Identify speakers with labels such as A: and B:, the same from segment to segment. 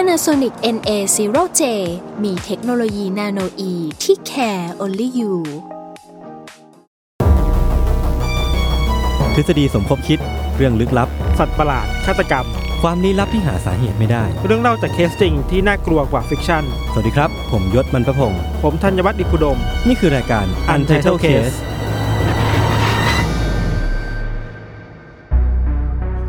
A: Panasonic NA0J มีเทคโนโลยีนาโนอีที่ care only you
B: ทฤษฎีสมคบคิดเรื่องลึกลับ
C: สัตว์ประหลาด ฆาตกรรม
B: ความลี้ลับที่หาสาเหตุไม่ได้
C: เรื่องเล่าจากเคสจริงที่น่ากลัวกว่าฟิกชั่น
B: สวัสดีครับ ผมยศมันประพงศ์
C: ผมธัญวัฒน์อิพุดม
B: นี่คือรายการ Untitled Case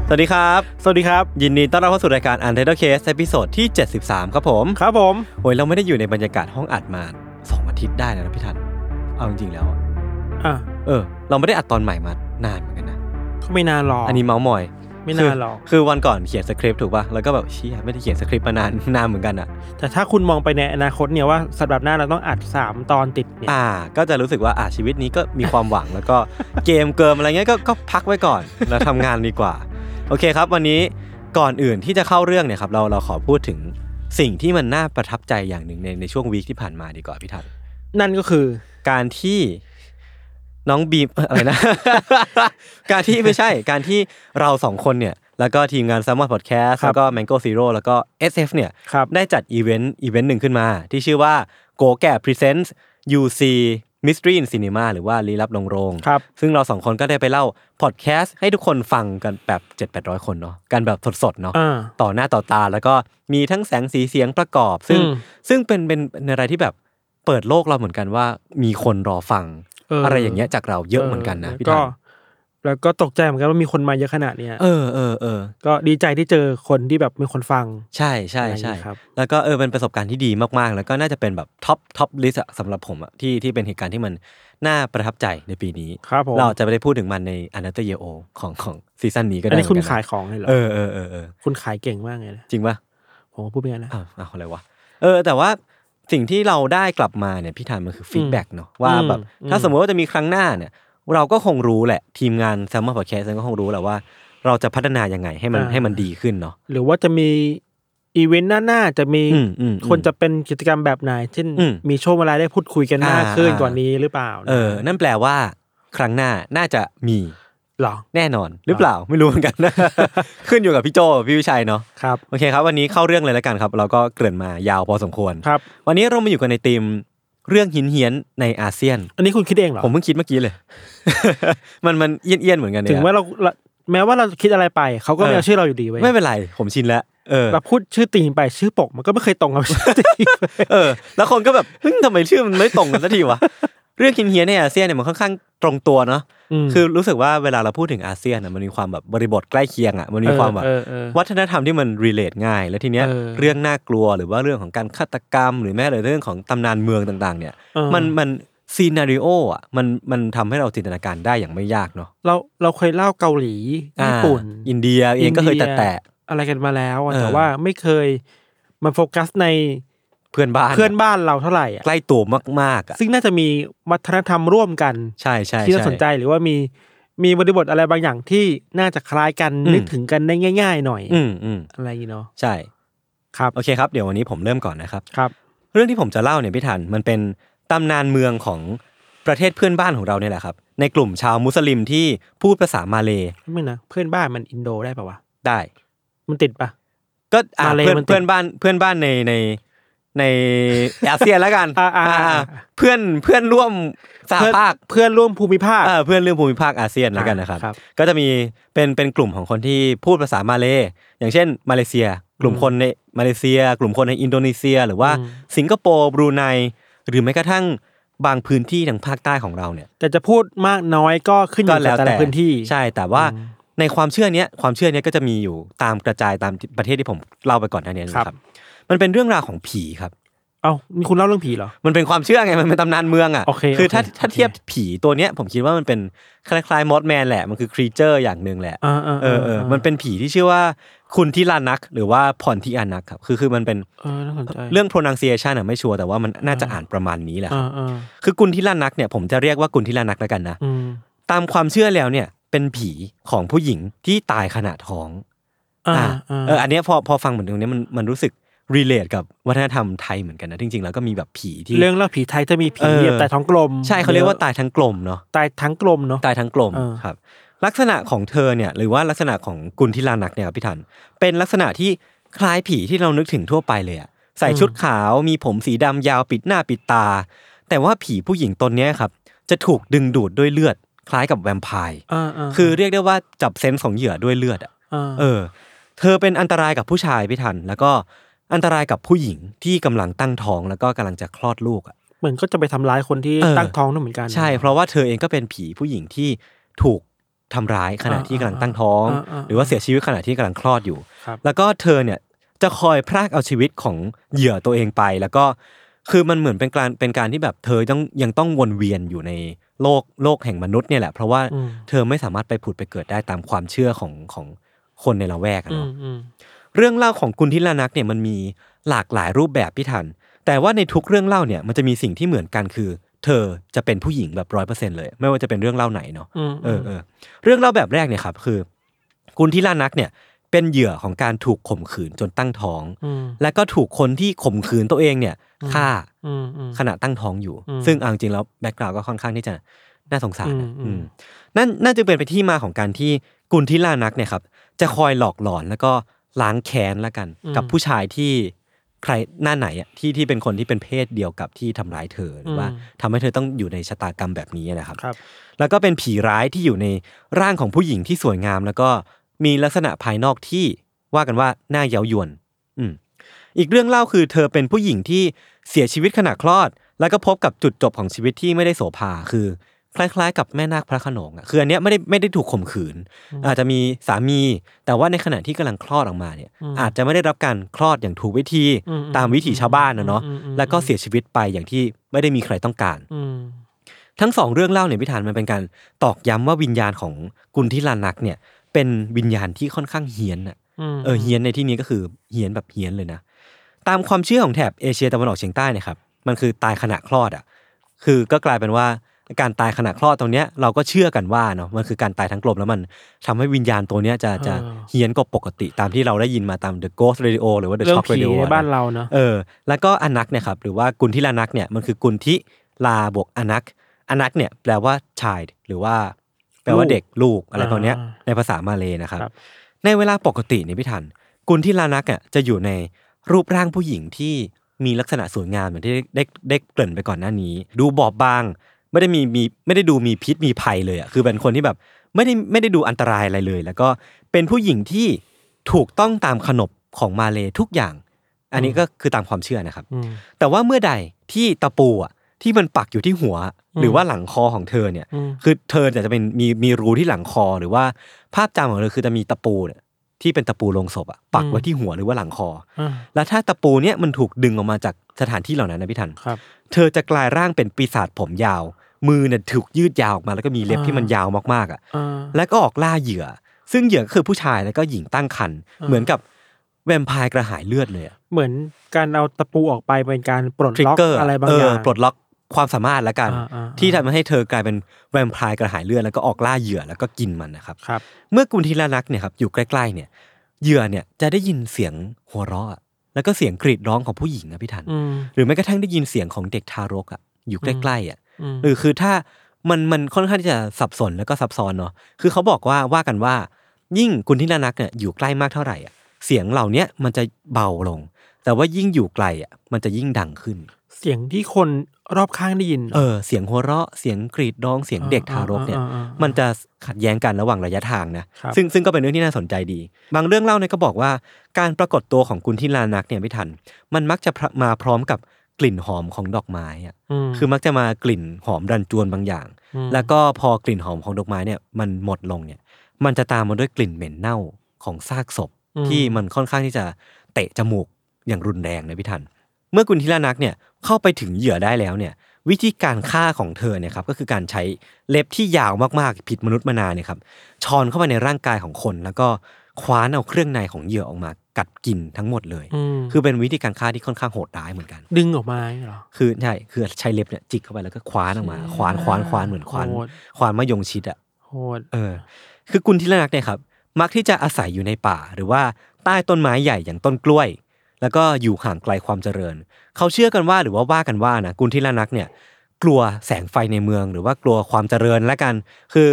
B: สวัสดีครับ
C: สวัสดีครับ
B: ยินดีต้อนรับเข้าสู่รายการ Untitled Case ตอนที่ 73 ครับผม
C: ครับผม
B: โอ้ยเราไม่ได้อยู่ในบรรยากาศห้องอัดมา 2 อาทิตย์ได้แล้วนะพี่ทัน เอาจริงๆแล้วอะ
C: อ่ะ
B: เออ เราไม่ได้อัดตอนใหม่มานานเหมือนกันนะ
C: ก็ไม่นานหรอก
B: อันนี้เมาส์มอย
C: ไม่นานหรอก
B: คืคือวันก่อนเขียนสคริปต์ถูกป่ะ แล้วก็แบบเชี่ยไม่ได้เขียนสคริปต์มานาน นานเหมือนกันอ่ะ
C: แต่ถ้าคุณมองไปในอนาคตเนี่ยว่าสัปดาห์หน้าเราต้องอัด 3 ตอนติดเนี่ย
B: อ่า ก็จะรู้สึกว่าอ่าชีวิตนี้ก็มีความหวัง แล้วก็เกมเกิมอะไรเงี้ยก็ก็พักไว้ก่อน แล้วทำงานดีกว่า โอเคครับ วันนี้ก่อนอื่นที่จะเข้าเรื่องเนี่ยครับเราเราขอพูดถึงสิ่งที่มันน่าประทับใจอย่างหนึ่งในในช่วงวีคที่ผ่านมาดีกว่าพี่ทัน
C: นั่นก็คือ
B: การที่น้องบีม อะไรนะ การที่ไม่ใช่การที่เราสองคนเนี่ยแล้วก็ทีมงาน s ซมมอนพอดแคสต์
C: ครับ
B: แล้วก็ Mango Zero แล้วก็ SF เนี่ย
C: ครับ
B: ได้จัดอีเวนต์อีเวนต์หนึ่งขึ้นมา ที่ชื่อว่าโกแก่ Presents UC Mystery in Cinema หรือว่าลี้ลับลงโรง
C: ครับ
B: ซึ่งเราสองคนก็ได้ไปเล่าพอดแคสต์ให้ทุกคนฟังกันแบบ 7 800 คนเนาะกันแบบสดๆเนาะ
C: อ่า
B: ต่อหน้าต่อตาแล้วก็มีทั้งแสงสีเสียงประกอบ ซึ่ง
C: อืม
B: ซึ่งเป็นเป็นเป็นอะไรที่แบบเปิดโลกเราเหมือนกันว่ามีคนรอฟัง
C: เอออ
B: อะไรอย่างเงี้ยจากเราเยอะเหมือนกันนะพี่
C: แล้วก็
B: ทัน
C: แล้วก็ตกใจเหมือนกันว่ามีคนมาเยอะขนาดเนี้ย
B: เออเออเออ
C: ก็ดีใจที่เจอคนที่แบบมีคนฟัง
B: ใช่ใช่ใช่
C: อะไรอย่างนี้ครับ
B: แล้วก็เออเป็นประสบการณ์ที่ดีมากๆ แล้วก็น่าจะเป็นแบบท็อปท็อปลิสสำหรับผมอะที่ที่เป็นเหตุการณ์ที่มันน่าประทับใจในปีนี้
C: ครับผม
B: เราจะไม่ได้พูดถึงมันในอันเตอร์เยโอของของซีซั่นนี้ก็
C: อั
B: ได้
C: นนี้คุณ
B: เหมืกัะ
C: ขายของเลยเหรอ
B: เออเออเออเออ
C: คุณขายเก่งมากเลยนะ
B: จริงปะ
C: ผมก็พูดไปงั้นนะ
B: อ้าวอ้าวอะไรวะเออ แต่ว่าสิ่งที่เราได้กลับมาเนี่ยพี่ธานมันคือฟีดแบ็กเนาะว่าแบบ
C: อืม
B: ถ้าสมมติว่าจะมีครั้งหน้าเนี่ย เราก็คงรู้แหละทีมงานแซมมอนพอดแคสต์ก็คงรู้แหละว่า เราจะพัฒนายังไงให้มันให้มันดีขึ้นเนาะ
C: หรือว่าจะมีอีเวนต์หน้าๆจะมี
B: อืมอืมอืม
C: คนจะเป็นกิจกรรมแบบไหนเช่น
B: อืม
C: มีช่วงเวลาได้พูดคุยกันมาก
B: อ่า
C: ขึ้น
B: อ่า
C: กว่านี้หรือเปล่า
B: เออ นั่นแปลว่าครั้งหน้าน่าจะมี
C: หรอ
B: แน่นอนหรือเปล่าไม่รู้เหมือน กัน ขึ้นอยู่กับพี่โจพี่วิชัยเนาะ
C: ครับ
B: โอเคครับ วันนี้เข้าเรื่องเลยแล้วกันครับ เราก็เกริ่นมายาวพอสมควร
C: ครับ
B: วันนี้เรามาอยู่กันในธีมเรื่องหินเฮียนๆในอาเซียน
C: อันนี้คุณคิดเองเหรอ
B: ผมเพิ่งคิดเมื่อกี้เลย มันมันเอี้ยนเอี้ยนๆเหมือนกันเนี่ย
C: ถึงว่าเราเราแม้ว่าเราคิดอะไรไป เขาก็ไม่เอาชื่อเราอยู่ดีไว้ย
B: ไม่เป็นไร ผมชินแล้วเออ
C: แบบพูดชื่อตีมไปชื่อปกมันก็ไม่เคยตรงกับชื่อตีม
B: เออ แล้วคนก็แบบเฮ้ยทำไมชื่อมันไม่ตรงกันสักทีวะ เรื่องหินเฮียนๆในอาเซียนเนี่ยมันค่อนข้างตรงตัวเนาะ
C: ม
B: คือรู้สึกว่าเวลาเราพูดถึงอาเซียนอะมันมีความแบบบริบทใกล้เคียงอะมันมีความแบบ
C: เออเออเออ
B: วัฒนธรรมที่มัน relate ง่าย และทีเนี้ย
C: เออ
B: เรื่องน่ากลัวหรือว่าเรื่องของการฆาตกรรม หรือแม้แต่เรื่องของตำนานเมืองต่างๆ เนี่ย
C: เออ
B: มันมันซีนารีโออ่ะมันมันทำให้เราจินตนาการได้อย่างไม่ยากเนาะ
C: เราเราเคยเล่าเกาหลี
B: อ่า
C: ญี่ปุ่น
B: อินเดียเองก็เคยแตะแตะ
C: อะไรกันมาแล้วอะ
B: เออ
C: แต่ว่าไม่เคยมันโฟกัสใน
B: เพื่อนบ้าน
C: เพื่อนบ้านเราเท่าไหร่อ่ะ
B: ใกล้ตัวมากๆอ่ะ
C: ซึ่งน่าจะมีวัฒนธรรมร่วมกัน
B: ใช่ใช่
C: ที่น่าสนใจ
B: ช่
C: หรือว่ามีมีบริบทอะไรบางอย่างที่น่าจะคล้ายกัน
B: อืม
C: นึกถึงกันได้ง่าย ๆ หน่อย
B: อืมอืม
C: อะไรอย่างงี้เนาะ
B: ใช่
C: ครับ
B: โอเคครับเดี๋ยววันนี้ผมเริ่มก่อนนะครับ
C: ครับ
B: เรื่องที่ผมจะเล่าเนี่ยพี่ทันมันเป็นตำนานเมืองของประเทศเพื่อนบ้านของเราเนี่ยแหละครับ ในกลุ่มชาวมุสลิมที่พูดภาษามาเลย์
C: ไม่นะเพื่อนบ้านมันอินโดได้ปะวะ
B: ได้
C: มันติดปะ
B: ก็อ่า
C: มาเล
B: เพื่อน
C: มันติด
B: เพื่อนบ้านเพื่อนบ้านในในในอาเซียนแล้วกัน
C: อ่าอ่าอ่า
B: อ่าเพื่อนเพื่อนร่วมสห
C: เพื่อน
B: ภาค
C: เพื่อนร่วมภูมิภาค
B: เออเพื่อนร่วมภูมิภาคอาเซียนแล้วกันนะครับ
C: ครับ
B: ก็จะมีเป็นเป็นกลุ่มของคนที่พูดภาษามาเลย์อย่างเช่น มาเลเซีย กลุ่มคนในมาเลเซีย กลุ่มคนในอินโดนีเซีย หรือว่า
C: อืม
B: สิงคโปร์บรูไนหรือแม้กระทั่งบางพื้นที่ทางภาคใต้ของเราเนี่ย
C: แต่จะพูดมากน้อยก็ขึ้นอ
B: ก็
C: ยู่
B: แล้
C: กับ
B: ว
C: แต่
B: แต่
C: ละพื้นที่
B: ใช่แต่ว่าในความเชื่อเนี้ยความเชื่อเนี้ยก็จะมีอยู่ตามกระจายตามประเทศที่ผมเล่าไปก่อนหน้านี้นะค
C: ครั
B: รับ
C: บ
B: มันเป็นเรื่องราวของผีครับ
C: เอ้านี่คุณเล่าเรื่องผีเหรอ
B: มันเป็นความเชื่อไง มันเป็นตำนานเมืองอ่ะ
C: โอเค
B: คือถ้า
C: โอเค
B: ถ้า
C: โอเค
B: เทียบผีตัวเนี้ยผมคิดว่ามันเป็นคล้ายๆมอสแมนแหละ มันคือครีเจอร์อย่างหนึ่งแหละ
C: อ่าอ่า
B: เออเออมันเป็นผีที่ชื่อว่าคุณทิลานัก หรือว่าพรทิอานักครับ คือคือมันเป็น
C: เออน่าสนใจ
B: เรื่อง pronunciation อ่ะไม่ชัวร์แต่ว่ามันน่าจะอ่านประมาณนี้แหละค
C: อ่า
B: รับ
C: อ่า
B: คือกุนทิลานักเนี่ยผมจะเรียกว่ากุนทิลานักแล้วกันนะ
C: อืม
B: ตามความเชื่อแล้วเนี่ยเป็นผีของผู้หญิงที่ตายขณะท้อง
C: อ่า
B: ะเอออันเนี้ยพอพอฟังเหมือนตรงเนี้ยมันมันรู้สึก relate กับวัฒนธรรมไทยเหมือนกันนะจริงๆแล้วก็มีแบบผีที่
C: เรื่องเล่าผีไทยจะมีผี
B: เออ
C: เหยียบแต่ท้องกลม
B: ใช่เขาเรียกว่าตายทั้งกลมเนาะ
C: ตายทั้งกลมเนาะ
B: ตายทั้งกลม
C: เออ
B: ครับ ลักษณะของเธอเนี่ยหรือว่าลักษณะของกุลทิลานักเนี่ยครับพี่ทันเป็นลักษณะที่คล้ายผีที่เรานึกถึงทั่วไปเลยอะใส่ชุดขาวมีผมสีดำยาวปิดหน้าปิดตา แต่ว่าผีผู้หญิงตนเนี้ยครับ จะถูกดึงดูดด้วยเลือด คล้ายกับแวมไพร์
C: อ่าา
B: คือเรียกได้ว่าจับเซนส์ของเหยื่อด้วยเลือดอะ
C: า
B: เออ เธอเป็นอันตรายกับผู้ชายพี่ทัน แล้วก็อันตรายกับผู้หญิงที่กำลังตั้งท้องแล้วก็กำลังจะคลอดลูกอะ
C: เหมือนก็จะไปทำร้ายคนที่
B: เออ
C: ตั้งท้องด้วยเหมือนกัน
B: ใช่ เพราะว่าเธอเองก็เป็นผีผู้หญิงที่ถูกทำร้ายขณะที่กำลังตั้งท้อง
C: อ่าอ่าอ่า
B: หรือว่าเสียชีวิตขณะที่กำลังคลอดอยู่
C: ครับ
B: แล้วก็เธอเนี่ยจะคอยพรากเอาชีวิตของเหยื่อตัวเองไป แล้วก็คือมันเหมือนเป็นการเป็นการที่แบบเธอต้องยังต้องวนเวียนอยู่ในโลกโลกแห่งมนุษย์เนี่ยแหละ เพราะว่า
C: อืม
B: เธอไม่สามารถไปผุดไปเกิดได้ตามความเชื่อของของคนในละแวกอะ
C: อื
B: เนาะ
C: มอืม
B: เรื่องเล่าของกุนทิลานักเนี่ยมันมีหลากหลายรูปแบบพี่ทัน แต่ว่าในทุกเรื่องเล่าเนี่ยมันจะมีสิ่งที่เหมือนกันคือ เธอจะเป็นผู้หญิงแบบร้อยเปอร์เซ็นเลย ไม่ว่าจะเป็นเรื่องเล่าไหนเนาะ
C: อืม
B: เออเออเรื่องเล่าแบบแรกเนี่ยครับคือกุนทิลานักเนี่ยเป็นเหยื่อของการถูกข่มขืนจนตั้งท้อง
C: ม
B: และก็ถูกคนที่ข่มขืนตัวเองเนี่ยฆ่า
C: อืมอืม
B: ขณะตั้งท้องอยู่
C: อืม
B: ซึ่งเอาจริงๆแล้วแบ็กกราวก็ค่อนข้างที่จะน่าสงสารนะ
C: อืมอืม
B: อืมนั่นน่าจะเป็นไปที่มาของการที่กุนทิลานักเนี่ยครับ จะคอยหลอกหลอนแล้วก็ล้างแค้นละกัน กับผู้ชายที่ใครหน้าไหนอะที่ที่เป็นคนที่เป็นเพศเดียวกับที่ทำร้ายเธอหรือว่าทำให้เธอต้องอยู่ในชะตากรรมแบบนี้นะครับ
C: ครับ
B: แล้วก็เป็นผีร้ายที่อยู่ในร่างของผู้หญิงที่สวยงาม แล้วก็มีลักษณะภายนอกที่ว่ากันว่าน่าเย้ายวนอืมอีกเรื่องเล่าคือเธอเป็นผู้หญิงที่เสียชีวิตขณะคลอด แล้วก็พบกับจุดจบของชีวิตที่ไม่ได้โสภาคือ คล้าย ๆ กับแม่นาคพระโขนงอ่ะคืออันเนี้ยไม่ได้ไม่ได้ถูกข่มขืน อาจจะมีสามี แต่ว่าในขณะที่กำลังคลอดออกมาเนี่ย
C: อืม
B: อาจจะไม่ได้รับการคลอดอย่างถูกวิธี
C: อืม
B: ตามวิถีชาวบ้านนะเนาะ
C: อืมอืมอืม
B: แล้วก็เสียชีวิตไปอย่างที่ไม่ได้มีใครต้องการ
C: อืม
B: ทั้งสองเรื่องเล่าเนี่ยพิธานมันเป็นการตอกย้ำว่าวิญญาณของกุนทิลานักเนี่ยเป็นวิญญาณที่ค่อนข้างเฮี้ยนอ่ะ
C: ม
B: เออเฮี้ยนในที่นี้ก็คือเฮี้ยนแบบเฮี้ยนเลยนะ ตามความเชื่อของแถบเอเชียตะวันออกเฉียงใต้เนะครับมันคือตายขณะคลอดอ่ะคือก็กลายเป็นว่าการตายขณะคลอดตรงเนี้ยเราก็เชื่อกันว่าเนาะมันคือการตายทั้งกลมแล้วมันทำให้วิญญาณตัวเนี้ยจะจะเฮี้ยนกว่าปกติตามที่เราได้ยินมาตาม The Ghost Radio หรือว่า The
C: เรื่อง
B: Shock
C: ผี
B: Radio
C: ใน
B: อะะ
C: บ้านเราเนอะ
B: เออแล้วก็อนักเนี่ยครับหรือว่ากุนทิลานักเนี่ยมันคือกุนทิลาบวกอนักอนักเนี่ยแปลว่าชายหรือว่า แปลว่าเด็กลูกอะไร
C: อ่า
B: ตอนเนี้ยในภาษามาเลยนะครับ
C: ครับ
B: ในเวลาปกติเนี่ยพี่ทัน กุนทิลานักอ่ะจะอยู่ในรูปร่างผู้หญิงที่มีลักษณะสวยงามเหมือนที่ได้ได้เกริ่นไปก่อนหน้านี้ ดูบอบบาง ไม่ได้มีมีไม่ได้ดูมีพิษมีภัยเลยอ่ะคือเป็นคนที่แบบไม่ได้ไม่ได้ดูอันตรายอะไรเลย แล้วก็เป็นผู้หญิงที่ถูกต้องตามขนบของมาเลทุกอย่าง อันนี้ก็คือตามความเชื่อนะครับ
C: อืม
B: แต่ว่าเมื่อใดที่ตะปูอ่ะที่มันปักอยู่ที่หัว
C: อืม
B: หรือว่าหลังคอของเธอเนี่ย
C: อืม
B: คือเธอเนี่ยจะเป็นมีมีรูที่หลังคอหรือว่าภาพจำของเธอคือจะมีตะปูเนี่ยที่เป็นตะปูลงศพอ่ะปักไว้
C: อืม
B: ที่หัวหรือว่าหลังคอ
C: อ่า
B: แล้วถ้าตะปูเนี่ยมันถูกดึงออกมาจากสถานที่เหล่านั้นนะพี่ทัน
C: ครับ
B: เธอจะกลายร่างเป็นปีศาจผมยาว มือเนี่ยถูกยืดยาวออกมา แล้วก็มีเล็บ
C: อ่า
B: ที่มันยาวมากๆอ่ะ
C: อ่า
B: แล้วก็ออกล่าเหยื่อ ซึ่งเหยื่อก็คือผู้ชายแล้วก็หญิงตั้งครรภ์
C: อ่า
B: เหมือนกับแวมไพร์กระหายเลือดเลยอะ
C: เหมือนการเอาตะปูออกไปเป็นการปลด
B: ทริก
C: ล็อก
B: เกอร์
C: อะไรบางอย่าง
B: ปลดล็อกความสามารถแล้วกัน
C: อ่าอ่าอ่า
B: ที่ทำให้เธอกลายเป็นแวมไพร์กระหายเลือดแล้วก็ออกล่าเหยื่อแล้วก็กินมันนะครับ
C: ครับ
B: เมื่อกุนทีลานักเนี่ยครับอยู่ใกล้ๆเนี่ยเหยื่อเนี่ยจะได้ยินเสียงหัวเราะอะแล้วก็เสียงกรีดร้องของผู้หญิงนะพี่ทัน
C: อืม
B: หรือแม้กระทั่งได้ยินเสียงของเด็กทารกอ่ะอยู่ใกล้ๆอ่ะ
C: อืม
B: หรือคือถ้ามันมันค่อนข้างที่จะสับสนแล้วก็ซับซ้อนเนาะคือเขาบอกว่าว่ากันว่า ยิ่งกุนทิลานักเนี่ยอยู่ใกล้มากเท่าไหร่อ่ะเสียงเหล่าเนี้ยมันจะเบาลง แต่ว่ายิ่งอยู่ไกลอ่ะมันจะยิ่งดังขึ้น
C: เสียงที่คนรอบข้างได้ยินหร
B: เออเสียงหัวเราะเสียงกรีดร้องเสียงเด็กทารกเนี่ย
C: อ่าอ่าอ่า
B: มันจะขัดแย้งกันระหว่างระยะทางนะครับ ซึ่งซึ่งก็เป็นเรื่องที่น่าสนใจดี บางเรื่องเล่าเนี่ยก็บอกว่าการปรากฏตัวของกุนทิลานักเนี่ยไม่ทัน มันมักจะพระมาพร้อมกับกลิ่นหอมของดอกไม้อะ
C: ม
B: คือมักจะมากลิ่นหอมรันจวนบางอย่าง
C: อืม
B: แล้วก็พอกลิ่นหอมของดอกไม้เนี่ยมันหมดลงเนี่ย มันจะตามมาด้วยกลิ่นเหม็นเน่าของซากศพ ที่มันค่อนข้างที่จะเตะจมูกอย่างรุนแรงนะพี่ทัน เมื่อกุนทิลานักเนี่ยเข้าไปถึงเหยื่อได้แล้วเนี่ยวิธีการฆ่าของเธอเนี่ยครับก็คือการใช้เล็บที่ยาวมากๆผิดมนุษย์มานานเนี่ยครับชอนเข้าไปในร่างกายของคน แล้วก็คว้านเอาเครื่องในของเหยื่อออกมากัดกินทั้งหมดเลย
C: คื
B: คือ อเป็นวิธีการฆ่าที่ค่อนข้างโหดร้ายเหมือนกัน
C: ดึงออกมาอย่างเงี้ยเหรอ
B: คือใช่คือใช้เล็บเนี่ยจิกเข้าไปแล้วก็คว้านออกมาคว้านคว้านคว้านเหมือนคว้าน
C: โหด
B: คว้านมะยงชิดอ่ะ
C: โหด
B: เออคือกุนทิลนักเนี่ยครับมักที่จะอาศัยอยู่ในป่า หรือว่าใต้ต้นไม้ใหญ่อย่างต้นกล้วย แล้วก็อยู่ห่างไกลความเจริญ เขาเชื่อกันว่าหรือว่าว่ากันว่านะกุนทิลนักเนี่ยกลัวแสงไฟในเมือง หรือว่ากลัวความเจริญและกัน คือ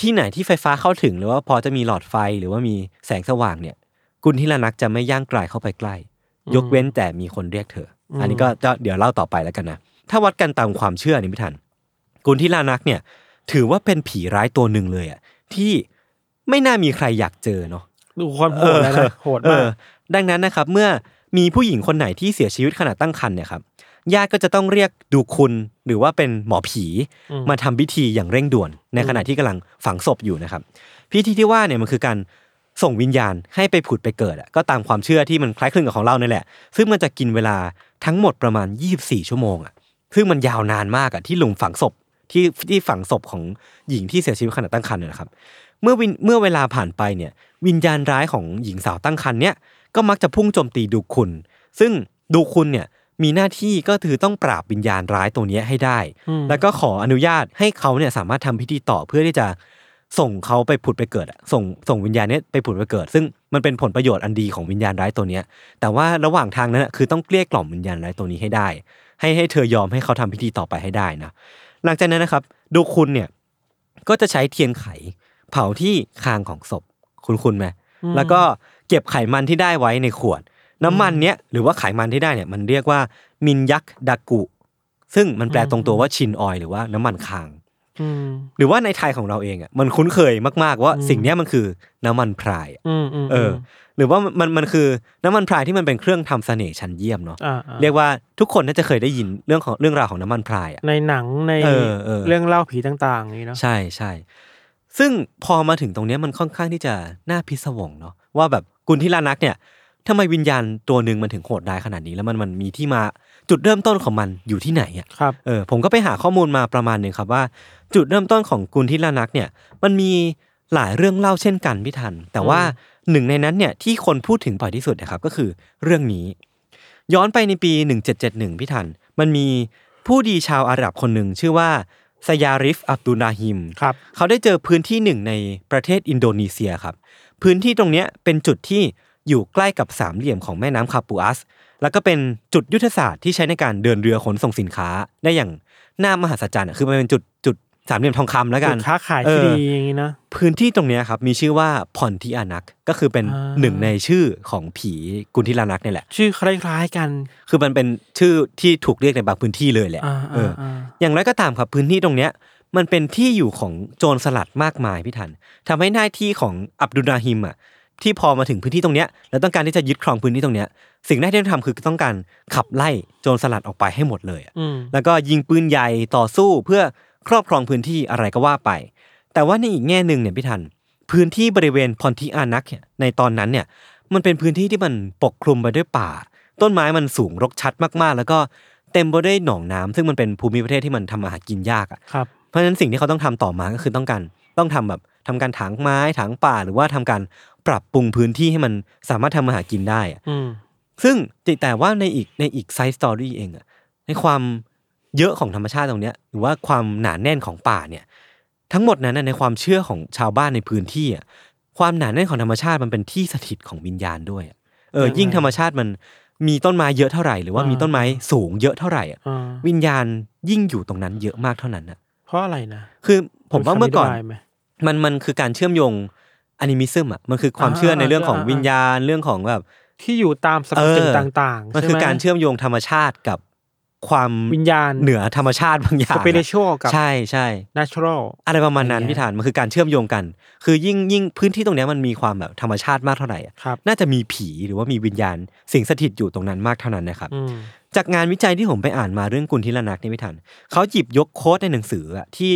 B: ที่ไหนที่ไฟฟ้าเข้าถึง หรือว่าพอจะมีหลอดไฟหรือว่ามีแสงสว่างเนี่ย กุนทิลนักจะไม่ย่างกลายเข้าไปใกล้ ยกเว้นแต่มีคนเรียกเธอออันนี้ก็จะเดี๋ยวเล่าต่อไปแล้วกันนะ ถ้าวัดกันตามความเชื่อนี่พี่ทัน กุนทิลานักเนี่ย ถือว่าเป็นผีร้ายตัวหนึ่งเลยอ่ะที่ไม่น่ามีใครอยากเจอเนาะ
C: ดูความโหดเลยนะโหด
B: เอ
C: มาก
B: อดังนั้นนะครับ เมื่อมีผู้หญิงคนไหนที่เสียชีวิตขณะตั้งครรภ์เนี่ยครับญาติก็จะต้องเรียกดูคุณหรือว่าเป็นหมอผี มาทำพิธีอย่างเร่งด่วน ในขณะที่กำลังฝังศพอยู่นะครับ พิธีที่ว่าเนี่ยมันคือการส่งวิญญาณให้ไปผุดไปเกิดอะก็ตามความเชื่อที่มันคล้ายคลึงกับของเราเนี่ยแหละ ซึ่งมันจะกินเวลาทั้งหมดประมาณ 24 ชั่วโมงอ่ะซึ่งมันยาวนานมากอ่ะที่หลุมฝังศพที่ที่ฝังศพของหญิงที่เสียชีวิตขณะตั้งครรภ์เนี่ยนะครับ เมื่อวินเมื่อเวลาผ่านไปเนี่ย วิญญาณร้ายของหญิงสาวตั้งครรภ์เนี่ยก็มักจะพุ่งโจมตีดูคุณ ซึ่งดูคุณเนี่ยมีหน้าที่ก็คือต้องปราบวิญญาณร้ายตัวเนี้ยให้ได้
C: ม
B: แล้วก็ขออนุญาตให้เขาเนี่ยสามารถทำพิธีต่อเพื่อที่จะส่งเขาไปผุดไปเกิดอะส่งส่งวิญญาณเนี่ยไปผุดไปเกิด ซึ่งมันเป็นผลประโยชน์อันดีของวิญญาณร้ายตัวเนี้ย แต่ว่าระหว่างทางนั้นอะคือต้องเกลี้ยกล่อมวิญญาณร้ายตัวนี้ให้ได้ ให้ให้เธอยอมให้เขาทำพิธีต่อไปให้ได้นะหลังจากนั้นนะครับดูคุณเนี่ยก็จะใช้เทียนไข เผาที่คางของศพคุณคุณไหมแล้วก็เก็บไขมันที่ได้ไว้ในขวด น้ำมันเนี้ยหรือว่าไขมันที่ได้เนี่ยมันเรียกว่ามินยักดากุ ซึ่งมันแปลตรงตัวว่าชินออยล์หรือว่าน้ำมันคาง
C: อืม
B: หรือว่าในไทยของเราเองอ่ะมันคุ้นเคยมากๆว่า
C: อืม
B: สิ่งเนี้ยมันคือน้ำมันพรายอะ
C: อืมม
B: เอออ หรือว่ามันมันมันคือน้ำมันพรายที่มันเป็นเครื่องทำเสน่ห์ชั้นเยี่ยมเนาะ
C: อ่า
B: เรียกว่าทุกคนน่าจะเคยได้ยินเรื่องของเรื่องราวของน้ำมันพรายอ่ะ
C: ในหนังใน
B: เออเออ
C: องเล่าผีต่างๆนี่เนาะ
B: ใช่ใช่ ซึ่งพอมาถึงตรงเนี้ยมันค่อนข้างที่จะน่าพิศวงเนาะว่าแบบกุนทิลานักเนี่ยทำไมวิญญาณตัวหนึ่งมันถึงโหดร้ายขนาดนี้ แล้วมันมันมีที่มาจุดเริ่มต้นของมันอยู่ที่ไหนอ่ะ
C: ครับ
B: เออผมก็ไปหาข้อมูลมาประมาณหนึ่งครับว่า จุดเริ่มต้นของกุนทิลานักเนี่ยมันมีหลายเรื่องเล่าเช่นกันพี่ทัน แต่ว่าหนึ่งในนั้นเนี่ยที่คนพูดถึงบ่อยที่สุดนะครับก็คือเรื่องนี้ ย้อนไปในปี 1771พี่ทัน มันมีผู้ดีชาวอาหรับคนหนึ่งชื่อว่าซยาริฟอับดุลราฮิม
C: ครับ
B: เขาได้เจอพื้นที่หนึ่งในประเทศอินโดนีเซียครับ พื้นที่ตรงเนี้ยเป็นจุดที่อยู่ใกล้กับสามเหลี่ยมของแม่น้ำคาปูอัส แล้วก็เป็นจุดยุทธศาสตร์ที่ใช้ในการเดินเรือขนส่งสินค้า ได้อย่างน่ามหัศจรรย์อะคือมันเป็นจุดจุดสามเหลี่ยมทองคำแล้วกั
C: จุ
B: น
C: ดค้าขายที่
B: เออ
C: ดีอย่างนี้นะ
B: พื้นที่ตรงเนี้ยครับมีชื่อว่าพอนทิอานักก็คือเป็น
C: อ่า
B: หนึ่งในชื่อของผีกุนทิลานักเนี่ยแหละ
C: ชื่อคล้ายๆกัน
B: คือมันเป็นชื่อที่ถูกเรียกในบางพื้นที่เลยแหละ
C: อ่า
B: เออ
C: อ่า
B: อย่างไรก็ตามครับพื้นที่ตรงเนี้ยมันเป็นที่อยู่ของโจรสลัดมากมายพี่ทันทำให้หน้าที่ของอับดุลราฮิมอ่ะที่พอมาถึงพื้นที่ตรงเนี้ยแล้วต้องการที่จะยึดครองพื้นที่ตรงเนี้ยสิ่งแรกที่ต้องทำคือต้องการขับไล่โจรสลัดออกไปให้หมดเลยอะ
C: อืม
B: แล้วก็ยิงปืนใหญ่ต่อสู้เพื่อครอบครองพื้นที่อะไรก็ว่าไป แต่ว่าในอีกแง่หนึ่งเนี่ยพี่ทัน พื้นที่บริเวณพอนทิอานักเนี่ยในตอนนั้นเนี่ยมันเป็นพื้นที่ที่มันปกคลุมไปด้วยป่า ต้นไม้มันสูงรกชัดมากๆ แล้วก็เต็มไปด้วยหนองน้ำซึ่งมันเป็นภูมิประเทศที่มันทำอาหารกินยากอ่ะ
C: ครับ
B: เพราะฉะนั้นสิ่งที่เขาต้องทำต่อมาก็คือต้องการต้องทำแบบทำการถางไม้ถางป่า หรือว่าทำการปรับปรุงพื้นที่ให้มันสามารถทำอาหารกินได้อะ
C: อืม
B: ซึ่งแต่ว่าในอีกในอีกไซส์สตอรี่เองอ่ะในความเยอะของธรรมชาติตรงเนี้ยหรือว่าความหนาแน่นของป่าเนี่ยทั้งหมดนั้นนะในความเชื่อของชาวบ้านในพื้นที่อ่ะความหนาแน่นของธรรมชาติมันเป็นที่สถิตของวิญญาณด้วยอะเออยิ่งธรรมชาติมันมีต้นไม้เยอะเท่าไหร่ หรือว่ามีต้นไม้สูงเยอะเท่าไหร่อะ
C: อ่า
B: วิญญาณยิ่งอยู่ตรงนั้นเยอะมากเท่านั้นนะ
C: เพราะอะไรนะ
B: คือผมว่าเมื่อก่อน
C: คำธิบยไห
B: มันมันคือการเชื่อมโยงอนิมิซึมอ่ะ มันคือความเชื่อในเรื่องของ
C: อ่าอ่า
B: วิญญาณเรื่องของแบบ
C: ที่อยู่ตามสรรพสิ่ง
B: เออ
C: ต่างๆ
B: มัน
C: ใช่
B: คือ
C: ไห
B: การเชื่อมโยงธรรมชาติกับความ
C: วิญญาณ
B: เหนือธรรมชาติบางอย่า
C: ส
B: งอะ
C: เปเรชัลกับ
B: ใช่ใช่
C: natural
B: อะไรประมาณนั้น
C: อะไรเงี้ย
B: พี่ฐานมันคือการเชื่อมโยงกัน คือยิ่งยิ่งพื้นที่ตรงเนี้ยมันมีความแบบธรรมชาติมากเท่าไหร่อะ
C: ครับ
B: น่าจะมีผีหรือว่ามีวิญญาณสิงสถิตอยู่ตรงนั้นมากเท่านั้นนะครับ
C: อืม
B: จากงานวิจัยที่ผมไปอ่านมาเรื่องกุนทิลนักเนี่ยพี่ทันเขาหยิบยกโค้ดในหนังสืออะที่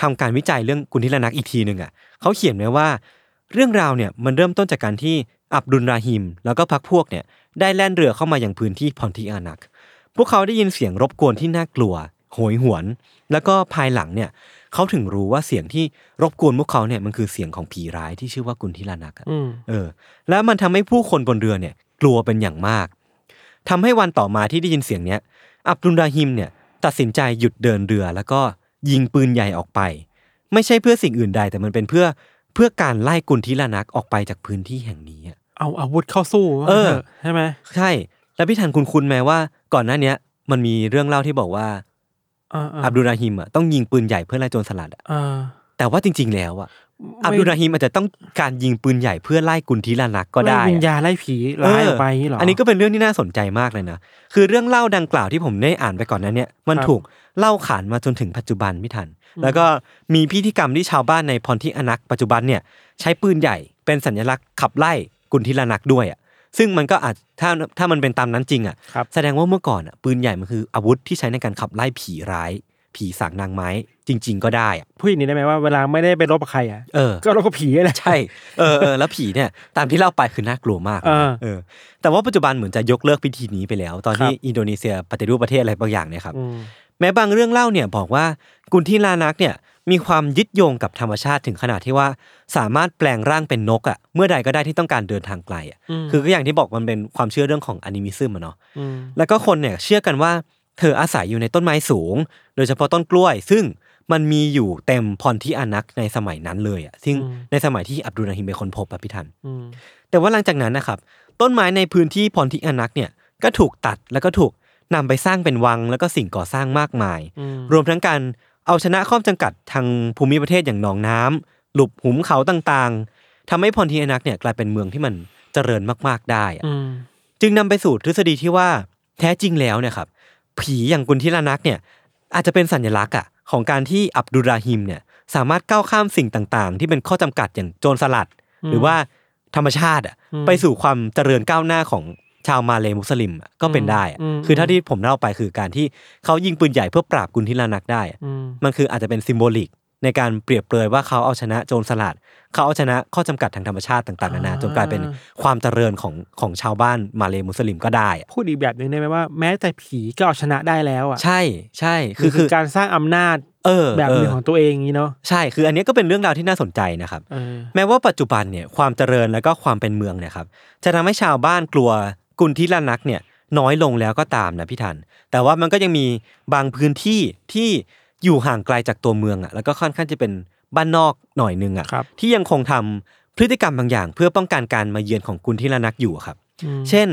B: ทำการวิจัยเรื่องกุนทิลนักอีกทีหนึ่งอะเขาเขียนไว้ว่า เรื่องราวเนี่ยมันเริ่มต้นจากการที่อับดุลราฮิม แล้วก็พรรคพวกเนี่ยได้แล่นเรือเข้ามาอย่างพื้นที่พอนทิอานัก พวกเขาได้ยินเสียงรบกวนที่น่ากลัวโหยหวน แล้วก็ภายหลังเนี่ยเขาถึงรู้ว่าเสียงที่รบกวนพวกเขาเนี่ยมันคือเสียงของผีร้ายที่ชื่อว่ากุนทิลานักอะ
C: อืม
B: เออแล้วมันทำให้ผู้คนบนเรือเนี่ยกลัวเป็นอย่างมากทำให้วันต่อมาที่ได้ยินเสียงเนี้ย อับดุลราฮิมเนี่ยตัดสินใจหยุดเดินเรือแล้วก็ยิงปืนใหญ่ออกไป ไม่ใช่เพื่อสิ่งอื่นใดแต่มันเป็นเพื่อเพื่อการไล่กุนทิลานักออกไปจากพื้นที่แห่งนี้อะ
C: เอาอาวุธเข้าสู้ว่า
B: เออ
C: ถะใช่ไหม
B: ใช่ แล้วพี่ทันคุณคุณแม้ว่าก่อนหน้าเนี้ยมันมีเรื่องเล่าที่บอกว่า
C: เอ่า
B: อับดุลราฮิมอ่ะต้องยิงปืนใหญ่เพื่อไล่โจรสลัดอะ
C: อ่า
B: แต่ว่าจริง ๆ แล้วอ่ะ
C: ไม่
B: อับดุลราฮิมอาจจะต้องการยิงปืนใหญ่เพื่อไล่กุนทิลานักก็ได้
C: ม่วิญ
B: อะ
C: ญาณไล่ผีร้ายออกไปย่าง
B: เอ
C: งี้
B: อ
C: เหรอ
B: อั
C: อั
B: นนี้ก็เป็นเรื่องที่น่าสนใจมากเลยนะ คือเรื่องเล่าดังกล่าวที่ผมได้อ่านไปก่อนนั้นเนี่ย มัน
C: ครับ
B: ถูกเล่าขานมาจนถึงปัจจุบันพี่ทัน แล้วก็มีพิธีกรรมที่ชาวบ้านในพรที่อนักปัจจุบันเนี่ยใช้ปืนใหญ่เป็นสัญลักษณ์ขับไล่กุนทิลานักด้วยอ่ะ ซึ่งมันก็อาจถ้าถ้ามันเป็นตามนั้นจริงอ่ะ
C: ครับ
B: แสดงว่าเมื่อก่อนอ่ะปืนใหญ่มันคืออาวุธที่ใช้ในการขับไล่ผีร้าย ผีสางนางไม้ จริง ๆ ก็ได้อ่ะ
C: พูดอย่างนี้ได้ไหมว่าเวลาไม่ได้ไปรบกับใครอ่ะ
B: เออ
C: ก็รบกับผีแหละ
B: ใช่เออเออแล้วผีเนี่ยตามที่เล่าไปคือน่ากลัวมากนะ
C: เออ
B: เออ แต่ว่าปัจจุบันเหมือนจะยกเลิกพิธีนี้ไปแล้ว ตอนที่
C: ครับ
B: อินโดนีเซียปฏิรูปประเทศอะไรบางอย่างเนี่ยครับ
C: อืม
B: แม้บางเรื่องเล่าเนี่ยบอกว่ากุนทิลานักเนี่ยมีความยึดโยงกับธรรมชาติถึงขนาดที่ว่า สามารถแปลงร่างเป็นนกอ่ะเมื่อใดก็ได้ที่ต้องการเดินทางไกลอ่ะคือก็อย่างที่บอกมันเป็นความเชื่อเรื่องของอนิมิซึมอะเนาะ
C: ม
B: แล้วก็คนเนี่ยเชื่อกันว่าเธออาศัยอยู่ในต้นไม้สูง โดยเฉพาะต้นกล้วย ซึ่งมันมีอยู่เต็มพรที่อานักในสมัยนั้นเลยอ่ะซึ่งในสมัยที่อับดุลราฮิมเป็นคนพบอะพิทัน
C: อืม
B: แต่ว่าหลังจากนั้นนะครับต้นไม้ในพื้นที่พรที่อานักเนี่ยก็ถูกตัดแล้วก็ถูกนำไปสร้างเป็นวังแล้วก็สิ่งก่อสร้างมากมาย
C: อืม
B: รวมทั้งการเอาชนะข้อจำกัดทางภูมิประเทศอย่างหนองน้ำหลุบหุมเขาต่างๆทำให้พรที่อานักเนี่ยกลายเป็นเมืองที่มันเจริญมากๆได้อะ
C: อืม
B: จึงนำไปสู่ทฤษฎีที่ว่าแท้จริงแล้วเนี่ยครับ ผีอย่างกุนทิลานักเนี่ยอาจจะเป็นสัญลักษณ์อะของการที่อับดุลราฮิมเนี่ยสามารถก้าวข้ามสิ่งต่างๆ ที่เป็นข้อจำกัดอย่างโจรสลัด หรือว่าธรรมชาติอะไปสู่ความเจริญก้าวหน้าของชาวมาเลมุสลิมอะก็เป็นได้อะคือเท่าที่ผมเล่าไปคือการที่เขายิงปืนใหญ่เพื่อปราบกุนทิลานักได้อะ
C: อืม
B: มันคืออาจจะเป็นซิมโบลิก ในการเปรียบเปรยว่าเขาเอาชนะโจรสลัดเขาเอาชนะข้อจำกัดทางธรรมชาติต่างๆนานาจนกลายเป็น ความเจริญของของชาวบ้านมาเลมุสลิมก็ได้อะ
C: พูดอีกแบบหนึ่งได้ไหมว่าแม้แต่ผีก็เอาชนะได้แล้วอ่ะ
B: ใช่ใช่คื
C: คือ
B: อ
C: คื
B: คือ อ
C: การสร้างอำนาจ
B: เออ
C: แบบหนึ่ง
B: เออ
C: ของตัวเองอย่างนี้เนาะ
B: ใช่คืออันเนี้ยก็เป็นเรื่องราวที่น่าสนใจนะครับ
C: เออ
B: แม้ว่าปัจจุบันเนี่ยความเจริญแล้วก็ความเป็นเมืองเนี่ยครับจะทำให้ชาวบ้านกลัวกุนทิลานักเนี่ยน้อยลงแล้วก็ตามนะพี่ทัน แต่ว่ามันก็ยังมีบางพื้นที่ที่อยู่ห่างไกลจากตัวเมืองอ่ะแล้วก็ค่อนข้างจะเป็นบ้านนอกหน่อยนึงอ่ะ
C: ครับ
B: ที่ยังคงทำพฤติกรรมบางอย่าง เพื่อป้องกันการมาเยือนของกุนทิลานักอยู่อะครับ
C: อืม
B: เช่น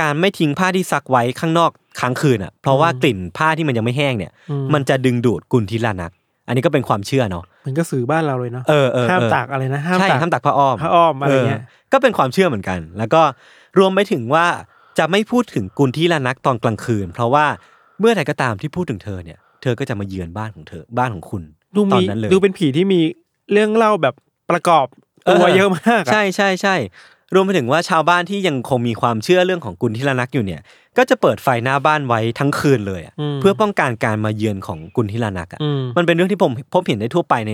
B: การไม่ทิ้งผ้าที่ซักไว้ข้างนอกค้างคืนอ่ะเพราะว่ากลิ่นผ้าที่มันยังไม่แห้งเนี่ย
C: อืม
B: มันจะดึงดูดกุนทิลานัก อันนี้ก็เป็นความเชื่อเนาะ
C: มันก็สื่อบ้านเราเลยเนาะ
B: เออเออเออ
C: ห้ามตากอะไรนะห้าม
B: ใช่
C: ตาก
B: ห้ามตักผ้าอ้อม
C: ผ้าอ้อมอะไรเงี้ย
B: ออก็เป็นความเชื่อเหมือนกัน แล้วก็รวมไปถึงว่าจะไม่พูดถึงกุนทิลานักตอนกลางคืน เพราะว่าเมื่อใดก็ตามที่พูดถึงเธอเนี่ยเธอก็จะมาเยือนบ้านของเธอบ้านของคุณ
C: ดู
B: ตอ
C: มี
B: นนั้นเลย
C: ดูเป็นผีที่มีเรื่องเล่าแบบประกอบตัวเยอะมากอะ
B: ใช่ใช่ใช่รวมไปถึงว่าชาวบ้านที่ยังคงมีความเชื่อเรื่องของกุนทิลานักอยู่เนี่ย ก็จะเปิดไฟหน้าบ้านไว้ทั้งคืนเลยอะเพื่อป้องกันการมาเยือนของกุนทิลานักอะ
C: อืม
B: มันเป็นเรื่องที่ผมพบเห็นได้ทั่วไปใน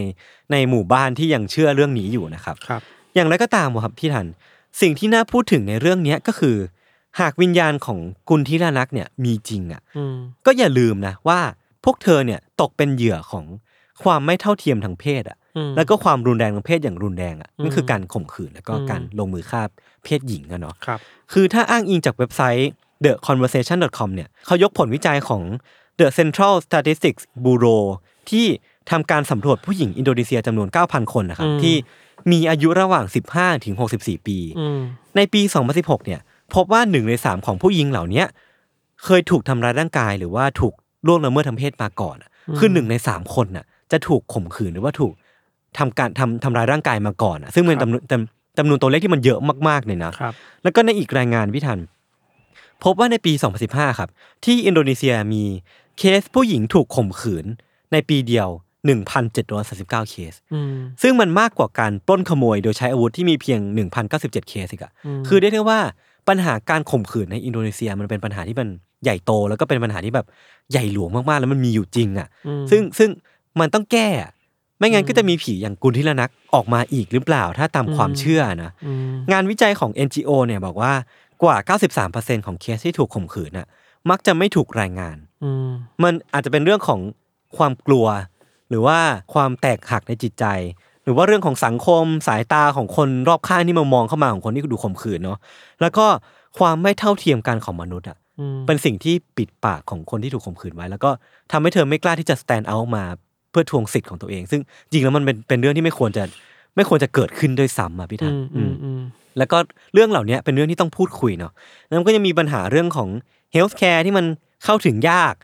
B: ในหมู่บ้านที่ยังเชื่อเรื่องนี้อยู่นะครับ
C: ครับ
B: อย่างไรก็ตามอะครับพี่ทันสิ่งที่น่าพูดถึงในเรื่องเนี้ยก็คือ หากวิญญาณของกุนทิลานักเนี่ยมีจริงอ่ะ
C: อืม
B: ก็อย่าลืมนะว่าพวกเธอเนี่ยตกเป็นเหยื่อของความไม่เท่าเทียมทางเพศอ่ะ
C: อืม
B: แล้วก็ความรุนแรงทางเพศอย่างรุนแรงอ่ะ
C: อืม
B: นั่นคือการข่มขืนแล้วก็
C: อืม
B: การลงมือฆ่าเพศหญิงอะเนาะ
C: ครับ
B: คือถ้าอ้างอิงจากเว็บไซต์ the conversation com เนี่ยเขายกผลวิจัยของ the central statistics bureau ที่ทำการสำรวจผู้หญิงอินโดนีเซียจำนวน 9,000 คนนะครับ ที่มีอายุระหว่าง 15 ถึง 64 ปี
C: อืม
B: ในปี 2016 เนี่ยพบว่าหนึ่งในสามของผู้หญิงเหล่าเนี้ยเคยถูกทำร้ายร่างกาย หรือว่าถูกล่วงละเมิดทางเพศมาก่อนอะคือหนึ่งในสามคนน่ะจะถูกข่มขืนหรือว่าถูกทำการทำทำร้ายร่างกายมาก่อนอะซึ่งเป็นจำนวนจำจำนวนตัวเลขที่มันเยอะมากๆเลยนะ
C: ครับ
B: แล้วก็ในอีกรายงานพิทัน พบว่าในปี 2015 ครับ ที่อินโดนีเซียมีเคสผู้หญิงถูกข่มขืน ในปีเดียว 1,739 เคส
C: อืม
B: ซึ่งมันมากกว่าการปล้นขโมยโดยใช้อาวุธที่มีเพียง 1,097 เคสอีกอะคือเรียกได้ว่าปัญหาการข่มขืนในอินโดนีเซียมันเป็นปัญหาที่มันใหญ่โต แล้วก็เป็นปัญหาที่แบบใหญ่หลวงมากๆ แล้วมันมีอยู่จริงอะ
C: ม
B: ซึ่งซึ่งมันต้องแก้อะไม่งั้นก็จะมีผีอย่างกุนทิลนักออกมาอีกหรือเปล่า ถ้าตามความเชื่อนะ
C: อืม
B: งานวิจัยของ NGO เนี่ยบอกว่ากว่า 93%ของเคสที่ถูกข่มขืนน่ะ มักจะไม่ถูกรายงาน
C: อืม
B: มันอาจจะเป็นเรื่องของความกลัว หรือว่าความแตกหักในจิตใจ หรือว่าเรื่องของสังคมสายตาของคนรอบข้างที่มามองเข้ามาของคนที่ดูข่มขืนเนาะแล้วก็ความไม่เท่าเทียมกันของมนุษย์อ่ะ
C: อืม
B: เป็นสิ่งที่ปิดปากของคนที่ถูกข่มขืนไว้ แล้วก็ทำให้เธอไม่กล้าที่จะ stand out มาเพื่อทวงสิทธิ์ของตัวเอง ซึ่งจริงแล้วมันเป็นเป็นเรื่องที่ไม่ควรจะไม่ควรจะเกิดขึ้นด้วยซ้ำอ่ะพี่ทั
C: อื
B: น
C: ม
B: อื
C: อื
B: ม
C: มอืม
B: แล้วก็เรื่องเหล่านี้เป็นเรื่องที่ต้องพูดคุยเนาะแล้วมันก็ยังมีปัญหาเรื่องของเฮลท์แคร์ที่มันเข้าถึงยาก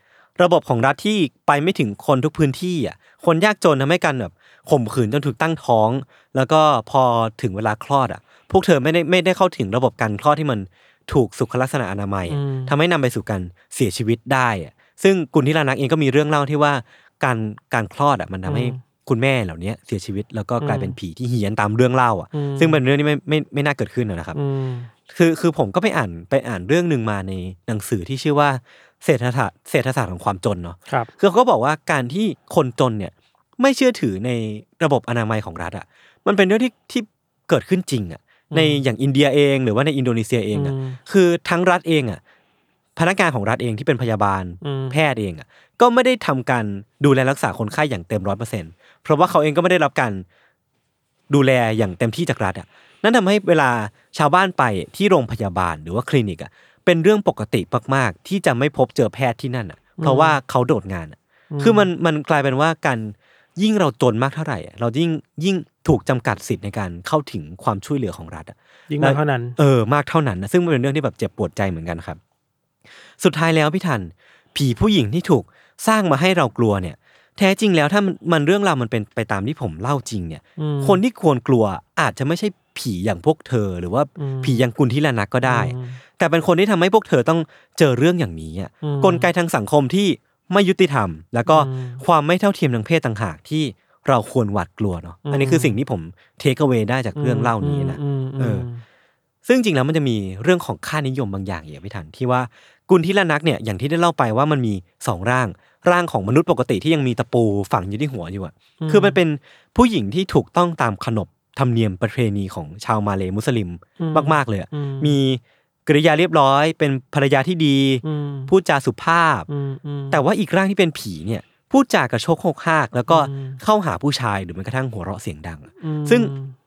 B: ระบบของรัฐที่ไปไม่ถึงคนทุกพื้นที่อ่ะคนยากจนทำให้กันแบบข่มขืนจนถูกตั้งท้อง แล้วก็พอถึงเวลาคลอดอ่ะ พวกเธอไม่ได้ไม่ได้เข้าถึงระบบการคลอดที่มันถูกสุขลักษณะอนามัย
C: อื
B: อะ
C: ม
B: ทำให้นำไปสู่การเสียชีวิตได้อะซึ่งคุณทิรานักเองก็มีเรื่องเล่าที่ว่าการการคลอดอ่ะมันทำให้คุณแม่เหล่านี้เสียชีวิตแล้วก็กลายเป็นผีที่เฮี้ยนตามเรื่องเล่าอ่ะ ซึ่งเป็นเรื่องที่ไม่ไม่ไม่น่าเกิดขึ้นอะนะครับ
C: อืม
B: คือคือผมก็ไปอ่านไปอ่านเรื่องหนึ่งมาในหนังสือที่ชื่อว่าเศรษฐศาสตร์เศรษฐศาสตร์ของความจนเนาะ
C: ครับ
B: คือเขาก็บอกว่าการที่คนจนเนี่ยไม่เชื่อถือในระบบอนามัยของรัฐอ่ะ มันเป็นเรื่องที่ที่เกิดขึ้นจริงอ่ะ ในอย่างอินเดียเองหรือว่าในอินโดนีเซียเองอ่ะ
C: ม
B: คือทั้งรัฐเองอ่ะพนักงานของรัฐเองที่เป็นพยาบาล
C: อืม
B: แพทย์เองอ่ะก็ไม่ได้ทำการดูแลรักษาคนไข้อย่างเต็มร้อยเปอร์เซ็นเพราะว่าเขาเองก็ไม่ได้รับการดูแลอย่างเต็มที่จากรัฐอ่ะนั่นทำให้เวลาชาวบ้านไปที่โรงพยาบาลหรือว่าคลินิกอ่ะเป็นเรื่องปกติมากๆ ที่จะไม่พบเจอแพทย์ที่นั่นอ่ะ เพราะว่าเขาโดดงานอ่ะ คือมันมันกลายเป็นว่าการยิ่งเราจนมากเท่าไหร่อะเรายิ่งยิ่งถูกจำกัดสิทธิ์ในการเข้าถึงความช่วยเหลือของรัฐอ่ะ
C: ยิ่งมากเท่านั้น
B: เออมากเท่านั้นนะซึ่งมันเป็นเรื่องที่แบบเจ็บปวดใจเหมือนกันครับ สุดท้ายแล้วพี่ทัน ผีผู้หญิงที่ถูกสร้างมาให้เรากลัวเนี่ย แท้จริงแล้วถ้ามันมันเรื่องราวมันเป็นไปตามที่ผมเล่าจริงเนี่ย
C: อืม
B: คนที่ควรกลัวอาจจะไม่ใช่ผีอย่างพวกเธอ หรือว่า
C: อืม
B: ผีอย่างกุลทิลานักก็ได้
C: อืม
B: แต่เป็นคนที่ทำให้พวกเธอต้องเจอเรื่องอย่างนี้อะ
C: อืม
B: กลไกทางสังคมที่ไม่ยุติธรรม แล้วก็
C: อืม
B: ความไม่เท่าเทียมทางเพศต่างหากที่เราควรหวาดกลัวเนาะอันนี้
C: อืม
B: คือสิ่งที่ผมเทคเอาไว้ได้จากเรื่องเล่านี้นะ
C: มม
B: เออ ซึ่งจริงแล้วมันจะมีเรื่องของค่านิยมบางอย่างอย่างพี่ทันที่ว่ากุลทิละนักเนี่ยอย่างที่ได้เล่าไปว่ามันมีสองร่าง ร่างของมนุษย์ปกติที่ยังมีตะปูฝังอยู่ที่หัวอยู่อะ
C: ม
B: คือมันเป็นผู้หญิงที่ถูกต้องตามขนบธรรมเนียมประเพณีของชาวมาเลย์มุสลิม
C: อื
B: มากๆเลยอะ
C: อื
B: มีกริยาเรียบร้อย เป็นภรรยาที่ดี
C: อืม
B: พูดจาสุภาพ
C: อืมอืม
B: แต่ว่าอีกร่างที่เป็นผีเนี่ยพูดจากระโชกโคกหากแล้วก็
C: อืม
B: เข้าหาผู้ชายหรือแม้กระทั่งหัวเราะเสียงดังอะ
C: อืม
B: ซึ่ง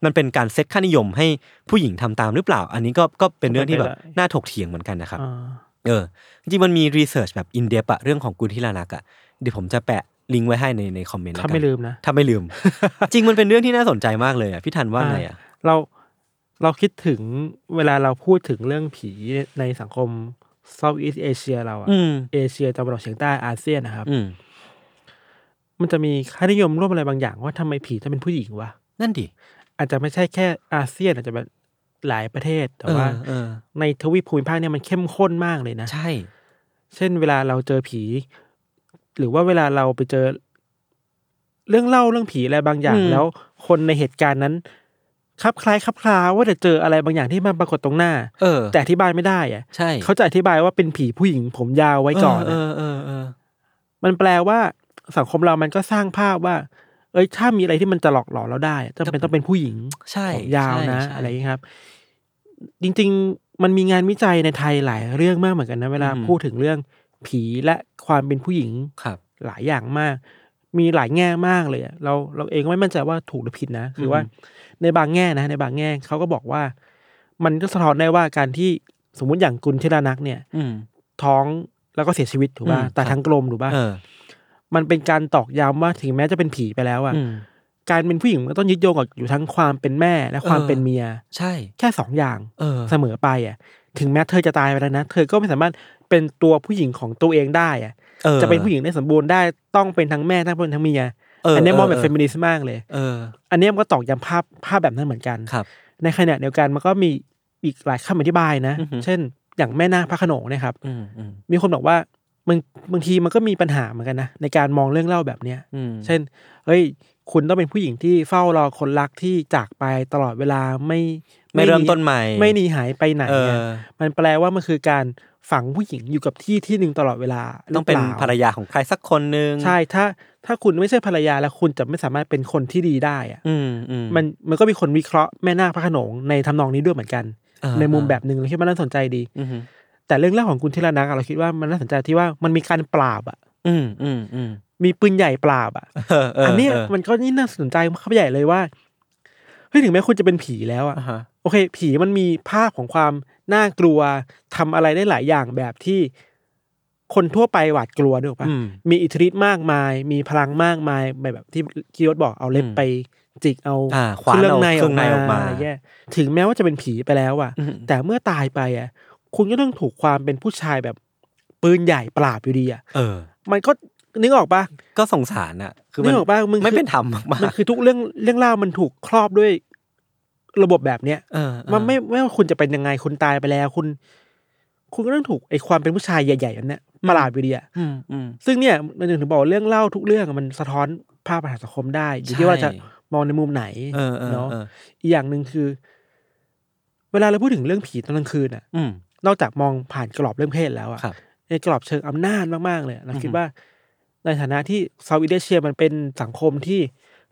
B: มันเป็นการเซตค่านิยมให้ผู้หญิงทำตามหรือเปล่า อันนี้ก็ก็เป็นเรื่องที่แบบ
C: เป็นไปได้
B: น่าถกเถียงเหมือนกันนะครับ
C: อ่า
B: เออ จริงๆมันมีรีเสิร์ชแบบอินเดปะเรื่องของกุลทิลานักอะเดี๋ยวผมจะแปะลิงก์ไว้ให้ในในคอมเมนต์แล้ว
C: ถ้า
B: กัน
C: ไม่ลืมนะ
B: ถ้าไม่ ลืม จริงมันเป็นเรื่องที่น่าสนใจมากเลยอะพี่ทันว่าไงอะ
C: เราเราคิดถึงเวลาเราพูดถึงเรื่องผีในสังคมเซาท์อีสเอเชียเราอะ
B: อืม
C: เอเชียตะวันออกเฉียงใต้อาเซียนนะครับ
B: อืม
C: มันจะมีค่านิยมร่วมอะไรบางอย่างว่าทำไมผีต้องเป็นผู้หญิงวะ
B: นั่นดิ
C: อาจจะไม่ใช่แค่อาเซียนอาจจะเป็นหลายประเทศ แต่
B: เออ
C: ว่า
B: เออ
C: ในทวีปภูมิภาคเนี่ยมันเข้มข้นมากเลยนะ
B: ใช่
C: เช่นเวลาเราเจอผี หรือว่าเวลาเราไปเจอ เรื่องเล่าเรื่องผีอะไรบางอย่าง
B: อืม
C: แล้ว คนในเหตุการณ์นั้นคลับคล้ายคลับคลาว่าจะเจออะไรบางอย่างที่มันปรากฏตรงหน้า
B: เออ
C: แต่อธิบายไม่ได้อะ
B: ใช่
C: เขาจะอธิบายว่าเป็นผีผู้หญิงผมยาวไว้ก่อน
B: เออ
C: อะ
B: เออเออ
C: มันแปลว่าสังคมเรามันก็สร้างภาพว่า เอ้ยถ้ามีอะไรที่มันจะหลอกหลอนเราได้จำเป็นต้องเป็นผู้หญิง
B: ใช่
C: ผมยาวนะ
B: ใช่
C: อะไรอย่างนี้ครับ จริง ๆ มันมีงานวิจัยในไทยหลายเรื่องมากเหมือนกันนะเวลา
B: อืม
C: พูดถึงเรื่องผีและความเป็นผู้หญิง
B: ครับ
C: หลายอย่างมาก มีหลายแง่มากเลยอะเราเราเองก็ไม่มั่นใจว่าถูกหรือผิดนะคือว่า
B: อืม
C: ในบางแง่นะ ในบางแง่เขาก็บอกว่า มันก็สะท้อนได้ว่าการที่สมมุติอย่างกุลธิรานักเนี่ย
B: อืม
C: ท้องแล้วก็เสียชีวิตถูกป่ะ
B: อืม
C: แต่
B: ครับ
C: ทั้งกลมถูกป่ะ
B: เออ
C: มันเป็นการตอกย้ำว่าถึงแม้จะเป็นผีไปแล้วอะ
B: อืม
C: การเป็นผู้หญิงมันก็ต้องยึดโยงกับอยู่ทั้งความเป็นแม่และความ
B: เออ
C: เป็นเมีย
B: ใช่
C: แค่สองอย่าง
B: เออ
C: เสมอไปอ่ะ ถึงแม้เธอจะตายไปแล้วนะ เธอก็ไม่สามารถเป็นตัวผู้หญิงของตัวเองได้อ่ะ
B: ออ
C: จะเป็นผู้หญิงได้สมบูรณ์ได้ต้องเป็นทั้งแม่ทั้งเป็นทั้งเมีย
B: เออ
C: อั
B: อั
C: นนี้มองแบบเฟมินิสต์มากเลย
B: เออ
C: อันนี้มันก็ตอกย้ำภาพภาพแบบนั้นเหมือนกัน
B: ครับ
C: ในขณะเดียวกันมันก็มีอีกหลายคำอธิบายนะ
B: อือหือ
C: เช่น อย่างแม่นาคพระโขนงเนะครับ
B: อืมอืม
C: มีคนบอกว่าบางบางทีมันก็มีปัญหาเหมือนกันนะในการมองเรื่องเล่าแบบเนี้ย
B: อืม
C: เช่น เฮ้ย คุณต้องเป็นผู้หญิงที่เฝ้ารอคนรักที่จากไปตลอดเวลาไม่
B: ไม่เริ่มต้นใหม่
C: ไม่หนีหายไปไหน
B: เออ
C: อะมันแปลว่ามันคือการฝังผู้หญิงอยู่กับที่ที่หนึ่งตลอดเวลา
B: ต้องเป็นภรรยาของใครสักคนหนึ่ง
C: ใช่ ถ้า ถ้าคุณไม่ใช่ภรรยาแล้วคุณจะไม่สามารถเป็นคนที่ดีได้อะ
B: อืมอืม
C: มัน มันก็มีคนวิเคราะห์แม่นาคพระโขนงในทำนองนี้ด้วยเหมือนกัน
B: เออ
C: ในมุม
B: เออ
C: แบบหนึ่งเราคิดว่าน่าสนใจดี
B: อือหือ
C: แต่เรื่องเล่าของคุณธีรนักอะเราคิดว่ามันน่าสนใจที่ว่ามันมีการปราบอ่ะ
B: อืมอืมอืม
C: มีปืนใหญ่ปราบอ่ะ
B: เออเออ
C: อั
B: อั
C: นเนี้ยมันก็นี่งน่าสนใจเข้าไปใหญ่เลยว่าเฮ้ยถึงแม้คุณจะเป็นผีแล้วอะ
B: อ่าฮะ
C: โอเค ผีมันมีภาพของความน่ากลัวทำอะไรได้หลายอย่างแบบที่คนทั่วไปหวาดกลัวด้วยป่ะ
B: อืม
C: มีอิทธิฤทธิ์มากมาย มีพลังมากมายแบบที่กิโยศบอกเอาเล็บ
B: อืม
C: ไปจิกเอา
B: อ่าขวาน
C: เครื่อง
B: เอา
C: ใน
B: เค
C: อ
B: รื่
C: อ
B: อก งใน
C: มา
B: ออกมา
C: อะไรเงี้ยถึงแม้ว่าจะเป็นผีไปแล้วอะ
B: อืม
C: แต่เมื่อตายไปอะคุณก็ต้องถูกความเป็นผู้ชายแบบปืนใหญ่ปราบอยู่ดีอะ
B: เออ
C: มันก็นึกออกป่ะ
B: ก็สงสารอะคือ
C: นึ
B: มัน
C: กออกป่ะมึงคือ
B: ไม่เป็นธรรมมาก
C: มันคือทุกเรื่องเรื่องเล่าวมันถูกครอบด้วยระบบแบบเนี้ย
B: ๆเออเออ
C: มันไม่ไม่ว่าคุณจะเป็นยังไงคุณตายไปแล้ว คุณ คุณก็ต้องถูกไอความเป็นผู้ชายใหญ่ๆอันเนี้ยประหลาดไปดีอะ
B: อืมอืม
C: ซึ่งเนี่ยมันถึงบอกว่าเรื่องเล่าทุกเรื่องอะมันสะท้อนภาพปัญหาสังคมได้ อยู่ที่
B: ใช่
C: ว่าเราจะมองในมุมไหน
B: เออเออ
C: อะ
B: เออ
C: อีกอย่างหนึ่งคือ เวลาเราพูดถึงเรื่องผีตอนกลางคืนอ่ะ
B: อืม
C: นอกจากมองผ่านกรอบเรื่องเพศแล้วอะ
B: ครับ
C: ในกรอบเชิงอำนาจมากๆเลยเราคิด
B: อือฮึ
C: ว่า ในฐานะที่เซาท์อีเดเชียมันเป็นสังคมที่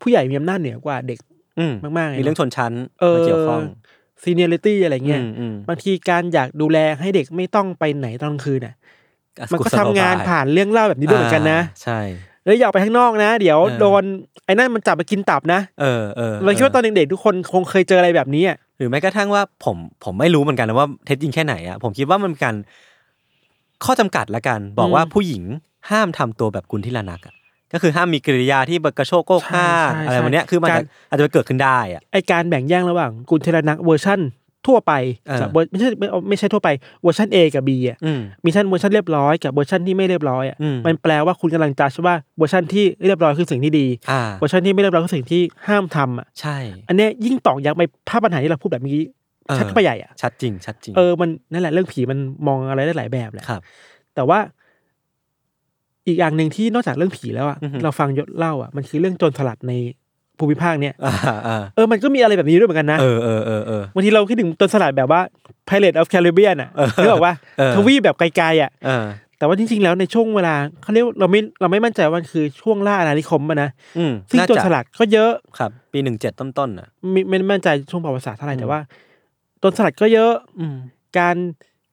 C: ผู้ใหญ่มีอำนาจเหนือกว่าเด็ก
B: อืม
C: มากๆเลย
B: มีเรื่องชนชั้น
C: เออ
B: มาเกี่ยวข้อง
C: ซีเนียริตี้อะไรเงี้ย
B: อืมอืม
C: บางทีการอยากดูแลให้เด็กไม่ต้องไปไหนตอนกลางคืนน่ะ
B: อ่ะ
C: มันก็
B: สโล
C: ทำ
B: บย
C: งานผ่านเรื่องเล่าแบบนี้ด้วยเหมือนกันนะ
B: าใช่
C: แล้วอย่าออกไปข้างนอกนะ เดี๋ยว
B: เออ
C: โดนไอ้นั่นมันจับมากินตับนะ
B: เออเออ
C: เราคิดว่าตอนเด็กๆทุกคนคงเคยเจออะไรแบบนี้อะ
B: หรือแม้กระทั่งว่าผมผมไม่รู้เหมือนกันนะว่าเท็จจริงแค่ไหนอะผมคิดว่ามันเป็นการข้อจำกัดละกัน บอกว่าผู้หญิงห้ามทำตัวแบบคุณที่ละนักอะก็คือห้ามมีกิริยาที่แบบกระโชกโกกห้างอะไรวันเนี้ยคือมันอาจจะอาจจะเกิดขึ้นได้อะ
C: ไอการแบ่งแยกระหว่างกุลเทรนักเวอร์ชั่นทั่วไป
B: เออ
C: กับเวอร์ไม่ใช่ไม่ไม่ใช่ทั่วไปเวอร์ชัน A กับ B อ่ะ
B: อืม
C: มีชั่นเวอร์ชันเรียบร้อยกับเวอร์ชันที่ไม่เรียบร้อยอ่ะ
B: อืม
C: มันแปลว่าคุณกำลังจัดว่าเวอร์ชันที่เรียบร้อยคือสิ่งที่ดี
B: อ่า
C: เวอร์ชันที่ไม่เรียบร้อยคือสิ่งที่ห้ามทำอ่ะ
B: ใช่
C: อันเนี้ยยิ่งตอกย้ำไปภาพปัญหาที่เราพูดแบบเมื่อกี้
B: เออ
C: ชัดเข้าไปใหญ่อ่ะ
B: ชัดจริง ชัดจริง
C: เออมันนั่นแหละเรื่องผีมันมองอะไรได้หลายแบบแหละ
B: ครับ
C: แต่ว่า อีกอย่างหนึ่งที่นอกจากเรื่องผีแล้วอ่ะ
B: อือฮึ
C: เราฟังยศเล่าอ่ะมันคือเรื่องโจรสลัดในภูมิภาคเนี่ย
B: อ่าอ่า
C: เออมันก็มีอะไรแบบนี้ด้วยเหมือนกันนะ
B: เออเออเออเออ
C: บางทีเราคิดถึงโจรสลัดแบบว่า Pirate of Caribbean อ่ะ
B: เออ
C: นึกออกว่า
B: เออ
C: ทวีปแบบไกลๆอ่ะ
B: เออ
C: แต่ว่าจริงๆ แล้วในช่วงเวลาเขาเรียกเราไม่เราไม่มั่นใจว่ามันคือช่วงล่าอาณานิคมป่ะนะ
B: อืม
C: ซึ่ง
B: น่า
C: โจร
B: จะ
C: สลัดก็เยอะ
B: ครับ ปีหนึ่งเจ็ดต้นๆน่ะ
C: ไม่ไม่มั่นใจช่วงประวัติศาสตร์เท่าไหร่
B: อืม
C: แต่ว่าโจรสลัดก็เยอะ
B: อืม
C: การ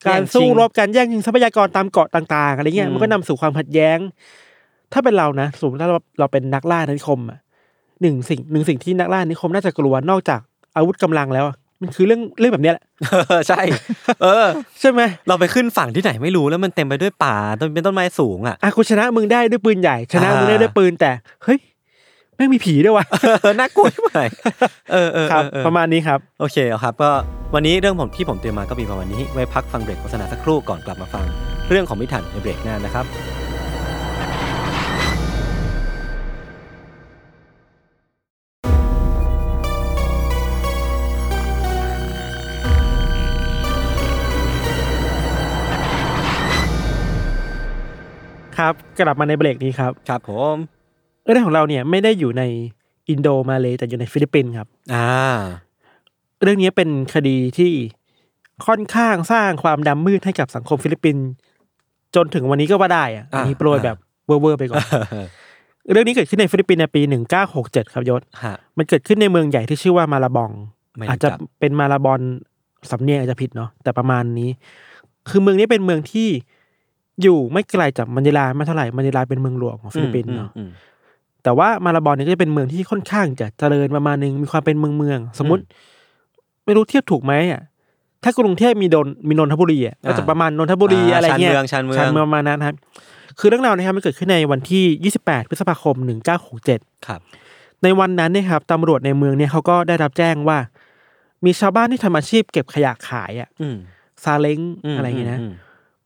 B: แย่
C: การ
B: งชิง
C: สู้รบการแย่งชิงทรัพยากรตามเกาะต่างๆอะไรเงี้ย
B: อืม
C: มันก็นำสู่ความขัดแย้ง ถ้าเป็นเรานะสมมติถ้าเราเราเป็นนักล่าอาณานิคมอ่ะหนึ่งสิ่งหนึ่งสิ่งที่นักล่าอาณานิคมน่าจะกลัวนอกจากอาวุธกำลังแล้วอะมันคือเรื่องเรื่องแบบเนี้ยแหละ
B: เออใช่ เออ
C: ใช่ไหม
B: เราไปขึ้นฝั่งที่ไหนไม่รู้แล้วมันเต็มไปด้วยป่าต้นเป็นต้นไม้สูงอ่ะ
C: อ่ะกูชนะมึงได้ด้วยปืนใหญ่ชนะมึงได้ด้วยปืนแต่เฮ้ยแม่งมีผีด้วยวะ
B: เอ อน่ากลัวใช่ไหมเออเออ
C: ครับ
B: เออเออ
C: ประมาณนี้ครับ
B: โอเคเอาครับ ก็วันนี้เรื่องผมที่ผมเตรียมมาก็มีประมาณนี้ ไว้พักฟังเบรกโฆษณาสักครู่ก่อนกลับมาฟัง เรื่องของมิถันในเบรกหน้านะครับ
C: ครับกลับมาในเบรกนี้ครับ
B: ครับผม
C: เรื่องของเราเนี่ยไม่ได้อยู่ในอินโดมาเลยแต่อยู่ในฟิลิปปินส์ครับ
B: อ่า
C: เรื่องนี้เป็นคดีที่ค่อนข้างสร้างความดำมืดให้กับสังคมฟิลิปปินส์จนถึงวันนี้ก็ว่าได้อะ
B: อ่า
C: อันนี้โปรยแบบเวอร์ๆไปก่อน เรื่องนี้เกิดขึ้นในฟิลิปปินส์ในปี 1967 ครับยศ
B: ฮะ
C: มันเกิดขึ้นในเมืองใหญ่ที่ชื่อว่ามาลาบอง
B: ไม่รู้จัก
C: อาจจะเป็นมาลาบอนสำเนียงอาจจะผิดเนาะแต่ประมาณนี้ คือเมืองนี้เป็นเมืองที่อยู่ไม่ไกลจากมันยาลาไม่เท่าไหร่มันยาลาเป็นเมืองหลวงของฟิลิปปินส์เนาะ
B: อืม
C: แต่ว่ามาลาบอนเนี่ยก็จะเป็นเมืองที่ค่อนข้างจะเจริญประมาณหนึ่งมีความเป็นเมืองเมืองๆสมมติ ไม่รู้เทียบถูกไหมอ่ะถ้ากรุงเทพมีดนมีนนทบุรีอ่ะก็จะ
B: อ่า
C: ประมาณนนทบุรี
B: อ่า
C: อะไรเงี้ย
B: ชานเมืองชานเมือง
C: ประมาณนั้นครับ คือเรื่องราวนะครับมันเกิดขึ้นในวันที่ 28 พฤษภาคม 1967
B: ครับ
C: ในวันนั้นเนะครับตำรวจในเมืองเนี่ยเขาก็ได้รับแจ้งว่า มีชาวบ้านที่ทำอาชีพเก็บขยะขายอ่ะ
B: อืม
C: ซาเล้ง
B: ม
C: อะไรเงี้ยนะ
B: ม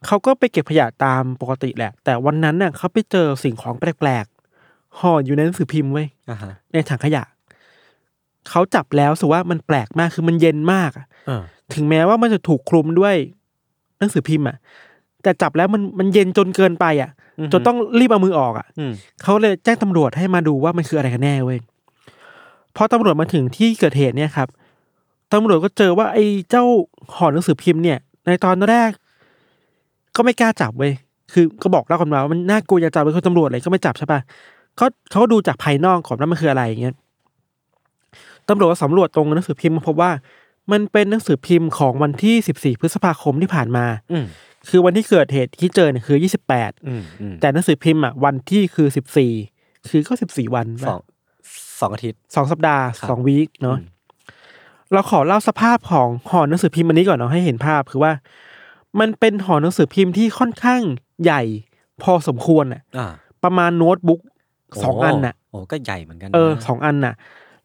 C: เขาก็ไปเก็บขยะตามปกติแหละ แต่วันนั้นน่ะเขาไปเจอสิ่งของแปลกๆห่ออยู่ในหนังสือพิมพ์ไว้ย
B: อ่าฮะ
C: ในถังขยะ เขาจับแล้วรู้สุว่ามันแปลกมากคือมันเย็นมากอะ
B: เออ
C: ถึงแม้ว่ามันจะถูกคลุมด้วยหนังสือพิมพ์อ่ะ แต่จับแล้วมันมันเย็นจนเกินไปอ่ะ จนต้องรีบเอามือออกอ่ะ
B: อืม
C: เขาเลยแจ้งตำรวจให้มาดูว่ามันคืออะไรกันแน่เว้ยพอตำรวจมาถึงที่เกิดเหตุเนี่ยครับตำรวจก็เจอว่าไอ้เจ้าห่อหนังสือพิมพ์เนี่ย ในตอนแรก ก็ไม่กล้าจับเว้ยคือก็บอกเล่ากันมาว่ามันน่ากลัวอย่าจับเลยคุณตำรวจเลยก็ไม่จับใช่ปะเขาเขาดูจากภายนอกก่อนว่ามันคืออะไรอย่างเงี้ยตำรวจก็สำรวจตรงหนังสือพิมพ์มาพบว่า มันเป็นหนังสือพิมพ์ของวันที่ 14 พฤษภาคมที่ผ่านมา
B: อืม
C: คือวันที่เกิดเหตุที่เจอเนี่ยคือยี่สิบแปด
B: อืมอืม
C: แต่หนังสือพิมพ์อ่ะวันที่คือสิบสี่คือก็สิบสี่วัน
B: สองสองอาทิตย์
C: สองสัปดาห์
B: ครับ
C: สองวีคเนาะเราขอเล่าสภาพของหอหนังสือพิมพ์อันนี้ก่อนเนาะให้เห็นภาพคือว่า มันเป็นหอหนังสือพิมพ์ที่ค่อนข้างใหญ่พอสมควรอ่ะ
B: อ่า
C: ประมาณโน้ตบุ๊กสอง
B: โ
C: อันน่ะ
B: โอ้ก็ใหญ่เหมือนกันนะ
C: เออสองอันน่ะ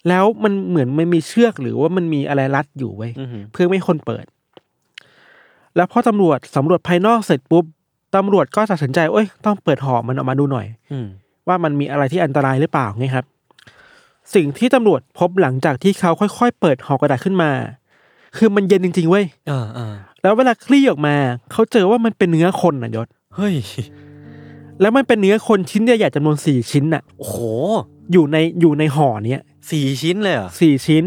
C: แล้วมันเหมือนมันมีเชือกหรือว่ามันมีอะไรรัดอยู่เว้ย
B: อือหือ
C: เพื่อไม่ให้คนเปิด แล้วพอตำรวจสำรวจภายนอกเสร็จปุ๊บตำรวจก็ตัดสินใจเอ้ยต้องเปิดหอมันออกมาดูหน่อย
B: อืม
C: ว่ามันมีอะไรที่อันตรายหรือเปล่าไงครับ สิ่งที่ตำรวจพบหลังจากที่เขาค่อยๆ เปิดหอกระดาษขึ้นมา คือมันเย็นจริงๆเว้ย
B: เออเออ
C: แล้วเวลาคลี่ออกมา เขาเจอว่ามันเป็นเนื้อคนน่ะยศ
B: เฮ้ย
C: แล้วมันเป็นเนื้อคนชิ้นใหญ่ๆจำนวนสี่ชิ้นน่ะ
B: โอ้โห
C: อยู่ในอยู่ในห่อเนี้ย
B: สี่ชิ้นเลยเหรอ
C: สี่ชิ้น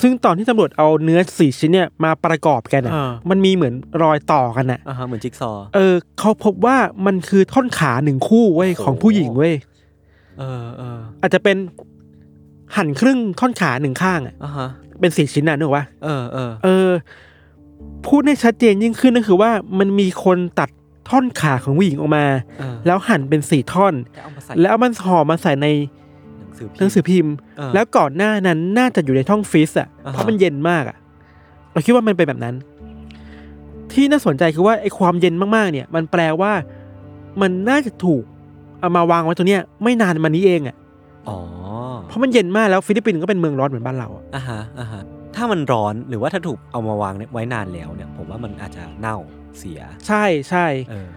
C: ซึ่งตอนที่ตำรวจเอาเนื้อสี่ชิ้นเนี่ยมาประกอบกันน่ะ
B: อ่า
C: มันมีเหมือนรอยต่อกันอ่ะ
B: อ่าฮะเหมือนจิ๊กซอว์
C: เออ เขาพบว่ามันคือท่อนขาหนึ่งคู่เว้ย
B: โอ้โห
C: ของผู้หญิงเว้ย
B: เออเออ
C: อาจจะเป็นหั่นครึ่งท่อนขาหนึ่งข้างอ่ะ
B: อ่าฮะ
C: เป็นสี่ชิ้นน่ะนึกออกว่า
B: เออเออ
C: เออ พูดให้ชัดเจนยิ่งขึ้นก็คือว่ามันมีคนตัดท่อนขาของผู้หญิงออกมา
B: เออ
C: แล้วหั่นเป็นสี่ท่อน
B: จะเอามาใส่
C: แล้วเอามันห่อมาใส่ใน
B: หนังสือพิมพ์
C: หนังสือพิมพ์
B: เออ
C: แล้วก่อนหน้านั้นน่าจะอยู่ในท้องฟรีซอ่ะ
B: อ่าฮะ
C: เพราะมันเย็นมากอ่ะ เราคิดว่ามันเป็นแบบนั้น ที่น่าสนใจคือว่าไอ้ความเย็นมากๆ เนี่ย มันแปลว่า มันน่าจะถูกเอามาวางไว้ตรงเนี้ยไม่นานมานี้เองอ่ะ
B: อ๋อ
C: เพราะมันเย็นมากแล้วฟิลิปปินส์ก็เป็นเมืองร้อนเหมือนบ้านเราอะ
B: อ่าฮะอ่าฮะถ้ามันร้อนหรือว่าถ้าถูกเอามาวางเนี่ยไว้นานแล้วเนี่ย ผมว่ามันอาจจะเน่าเสีย
C: ใช่ใช่
B: เออ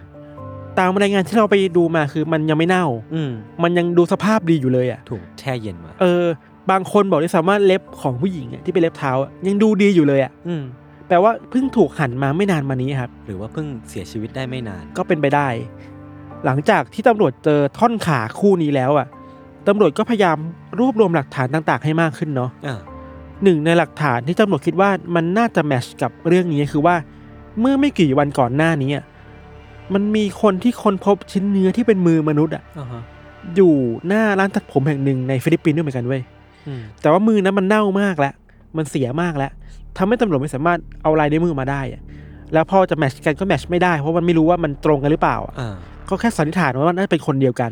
C: ตามรายงานที่เราไปดูมาคือมันยังไม่เน่า
B: อืม
C: มันยังดูสภาพดีอยู่เลยอ่ะ
B: ถูกแช่เย็นมา
C: เออ บางคนบอกด้วยซ้ำว่าเล็บของผู้หญิงอะที่เป็นเล็บเท้าอะยังดูดีอยู่เลยอ่ะ
B: อืม
C: แปลว่าเพิ่งถูกหั่นมาไม่นานมานี้ครับ
B: หรือว่าเพิ่งเสียชีวิตได้ไม่นาน
C: ก็เป็นไปได้ หลังจากที่ตำรวจเจอท่อนขาคู่นี้แล้วอ่ะตำรวจก็พยายามรวบรวมหลักฐานต่าง ๆ ให้มากขึ้นเนาะ
B: อ่า
C: หนึ่งในหลักฐานที่ตำรวจคิดว่ามันน่าจะแมชกับเรื่องนี้คือว่า เมื่อไม่กี่วันก่อนหน้านี้อะมันมีคนที่ค้นพบชิ้นเนื้อที่เป็นมือมนุษย์อ่ะ
B: อ่าฮะ
C: อยู่หน้าร้านตัดผมแห่งหนึ่งในฟิลิปปินส์ด้วยเหมือนกันเว้ย
B: อืม
C: แต่ว่ามือนั้นมันเน่ามากแล้ว มันเสียมากแล้วทำให้ตำรวจไม่สามารถเอาลายนิ้วมือมาได้อะแล้วพอจะแมชกันก็แมชไม่ได้เพราะมันไม่รู้ว่ามันตรงกันหรือเปล่าอะ
B: อ่า
C: ก็แค่สันนิษฐานว่าน่าจะเป็นคนเดียวกัน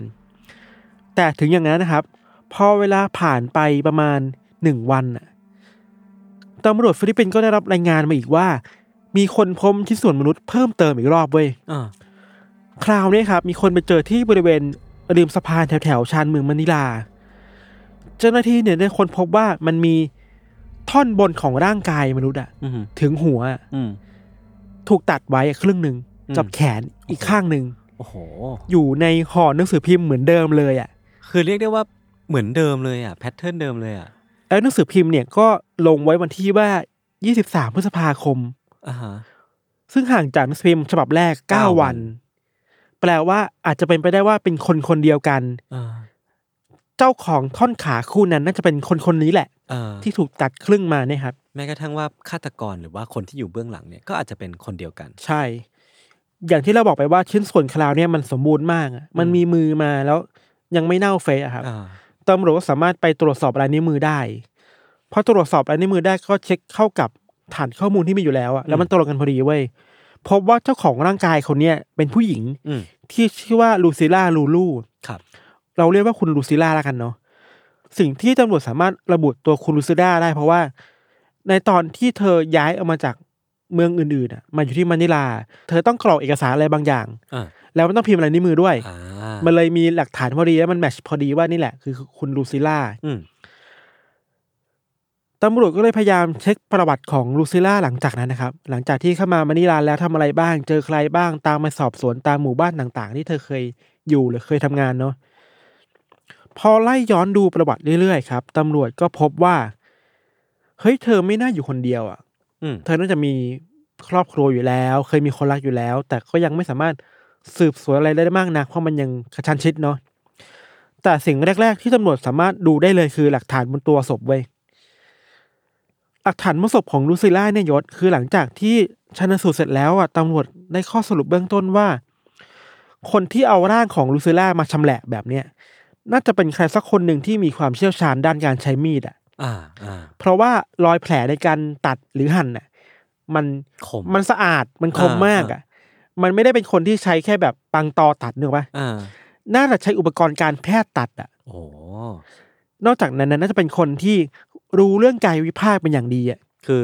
C: แต่ถึงอย่างนั้นนะครับ พอเวลาผ่านไปประมาณหนึ่งวันน่ะตำรวจฟิลิปปินส์ก็ได้รับรายงานมาอีกว่า มีคนพบชิ้นส่วนมนุษย์เพิ่มเติมอีกรอบเว้ย
B: อ่า
C: คราวนี้ครับ มีคนไปเจอที่บริเวณริมสะพานแถวแถวๆชานเมืองมะนิลา เจ้าหน้าที่เนี่ยได้ค้นพบว่ามันมีท่อนบนของร่างกายมนุษย์อะ
B: อืม
C: ถึงหัวอะ
B: อืม
C: ถูกตัดไว้อะครึ่งหนึ่ง
B: อืม
C: กับแขนอีกข้างหนึ่ง
B: โอ้โห
C: อยู่ในห่อหนังสือพิมพ์เหมือนเดิมเลยอ่ะ
B: คือเรียกได้ว่าเหมือนเดิมเลยอ่ะแพทเทิร์นเดิมเลยอ่ะ
C: แล้วหนังสือพิมพ์เนี่ยก็ลงไว้วันที่ว่า 23 พฤษภาคม
B: อ่าฮะ
C: ซึ่งห่างจากหนังสือพิมพ์ฉบับแรก
B: เก้า
C: 9
B: วั
C: วัน น แปลว่าอาจจะเป็นไปได้ว่าเป็นคนคนเดียวกัน
B: อ่า
C: เจ้าของท่อนขาคู่นั้นน่าจะเป็นคนคนนี้แหละ
B: อ่า
C: ที่ถูกตัดครึ่งมาเนี่ยครับ
B: แม้กระทั่งว่าฆาตกรหรือว่าคนที่อยู่เบื้องหลังเนี่ยก็อาจจะเป็นคนเดียวกัน
C: ใช่ อย่างที่เราบอกไปว่าชิ้นส่วนคราวเนี่ยมันสมบูรณ์มากอะมันมีมือมาแล้วยังไม่เน่าเฟะอะครับ
B: อ่า
C: ตำรวจก็สามารถไปตรวจสอบลายนิ้วมือได้พอตรวจสอบลายนิ้วมือได้ก็เช็คเข้ากับฐานข้อมูลที่มีอยู่แล้วอะแล้วมันตรงกันพอดีเว้ยพบว่าเจ้าของร่างกายคนเนี้ยเป็นผู้หญิง
B: อืม
C: ที่ชื่อว่าลูซิล่าลูลู
B: ครับ
C: เราเรียกว่าคุณลูซิล่าละกันเนาะสิ่งที่ตำรวจสามารถระบุตัวคุณลูซิล่าได้เพราะว่า ในตอนที่เธอย้ายออกมาจากเมืองอื่นๆอะมาอยู่ที่มะนิลา เธอต้องกรอกเอกสารอะไรบางอย่าง
B: อ่า
C: แล้วมันต้องพิมพ์ลายนิ้วมือด้วย
B: อ่า
C: มันเลยมีหลักฐานพอดีแล้วมันแมทชพอดีว่านี่แหละคือคุณลูซิล่า
B: อืม
C: ตำรวจก็เลยพยายามเช็คประวัติของลูซิล่าหลังจากนั้นนะครับ หลังจากที่เข้ามามะนิลาแล้วทำอะไรบ้าง เจอใครบ้างตามมาสอบสวนตามหมู่บ้านต่างๆ ที่เธอเคยอยู่หรือเคยทำงานเนาะพอไล่ย้อนดูประวัติเรื่อยๆครับตำรวจก็พบว่าเฮ้ยเธอไม่น่าอยู่คนเดียวอ่ะ
B: อืม
C: เธอน่าจะมีครอบครัวอยู่แล้ว เคยมีคนรักอยู่แล้ว แต่ก็ยังไม่สามารถสืบสวนอะไรได้มากนัก เพราะมันยังกระชันชิดเนาะแต่สิ่งแรก ๆ ที่ตำรวจสามารถดูได้เลยคือหลักฐานบนตัวศพเว้ยหลักฐานบนศพของลูซิล่าเนี่ยยศคือหลังจากที่ชันสูตรเสร็จแล้วอ่ะตำรวจได้ข้อสรุปเบื้องต้นว่า คนที่เอาร่างของลูซิล่ามาชำแหละแบบเนี้ยน่าจะเป็นใครสักคนหนึ่งที่มีความเชี่ยวชาญด้านการใช้มีดอ่ะ
B: อ่าอ่า
C: เพราะว่ารอยแผลในการตัดหรือหั่นน่ะมัน
B: คม
C: มันสะอาดมันคม
B: อ่าม
C: มากอ่ะ มันไม่ได้เป็นคนที่ใช้แค่แบบปังตอตัดเนกอะปะ
B: อ่า
C: น่าจะใช้อุปกรณ์การแพทย์ตัดอะ
B: โอ้โห
C: นอกจากนั้นน่ะน่าจะเป็นคนที่รู้เรื่องกายวิภาคเป็นอย่างดีอะ
B: คือ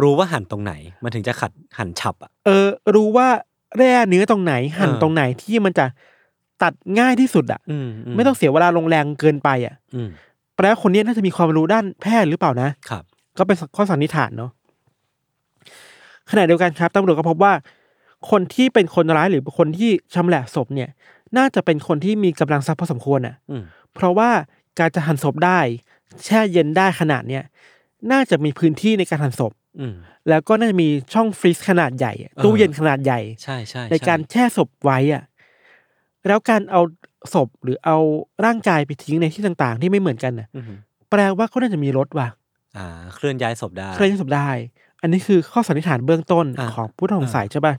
B: รู้ว่าหันตรงไหน มันถึงจะขัดหันฉับอ่ะ
C: เออ รู้ว่าแร่เนื้อตรงไหนหั่น
B: เออ
C: ตรงไหนที่มันจะตัดง่ายที่สุดอะ
B: อืม
C: ไม่ต้องเสียเวลาลงแรงเกินไปอะ
B: อืม
C: แปลว่าคนเนี้ยน่าจะมีความรู้ด้านแพทย์หรือเปล่านะ
B: ครับ
C: ก็เป็นข้อสันนิษฐานเนาะขณะเดียวกันครับตำรวจก็พบว่า คนที่เป็นคนร้ายหรือคนที่ชำแหละศพเนี่ย น่าจะเป็นคนที่มีกำลังทรัพย์พอสมควรอ่ะ
B: อืม
C: เพราะว่าการจะหั่นศพได้ แช่เย็นได้ขนาดเนี่ยน่าจะมีพื้นที่ในการหั่นศพ
B: อืม
C: แล้วก็น่าจะมีช่องฟรีซขนาดใหญ่อะ
B: เออ
C: ตู้เย็นขนาดใหญ่
B: ใช่ใช่
C: ในการแช่ศพไว้อ่ะแล้วการเอาศพหรือเอาร่างกายไปทิ้งในที่ต่างๆ ที่ไม่เหมือนกันน่ะ
B: อืม
C: แปลว่าเขาน่าจะมีรถว่ะ
B: อ่า เคลื่อนย้ายศพได้
C: เคลื่อนย้ายศพได้ อันนี้คือข้อสันนิษฐานเบื้องต้น
B: อ่า
C: ของผู้ต้องสงสัยใช่ป่ะ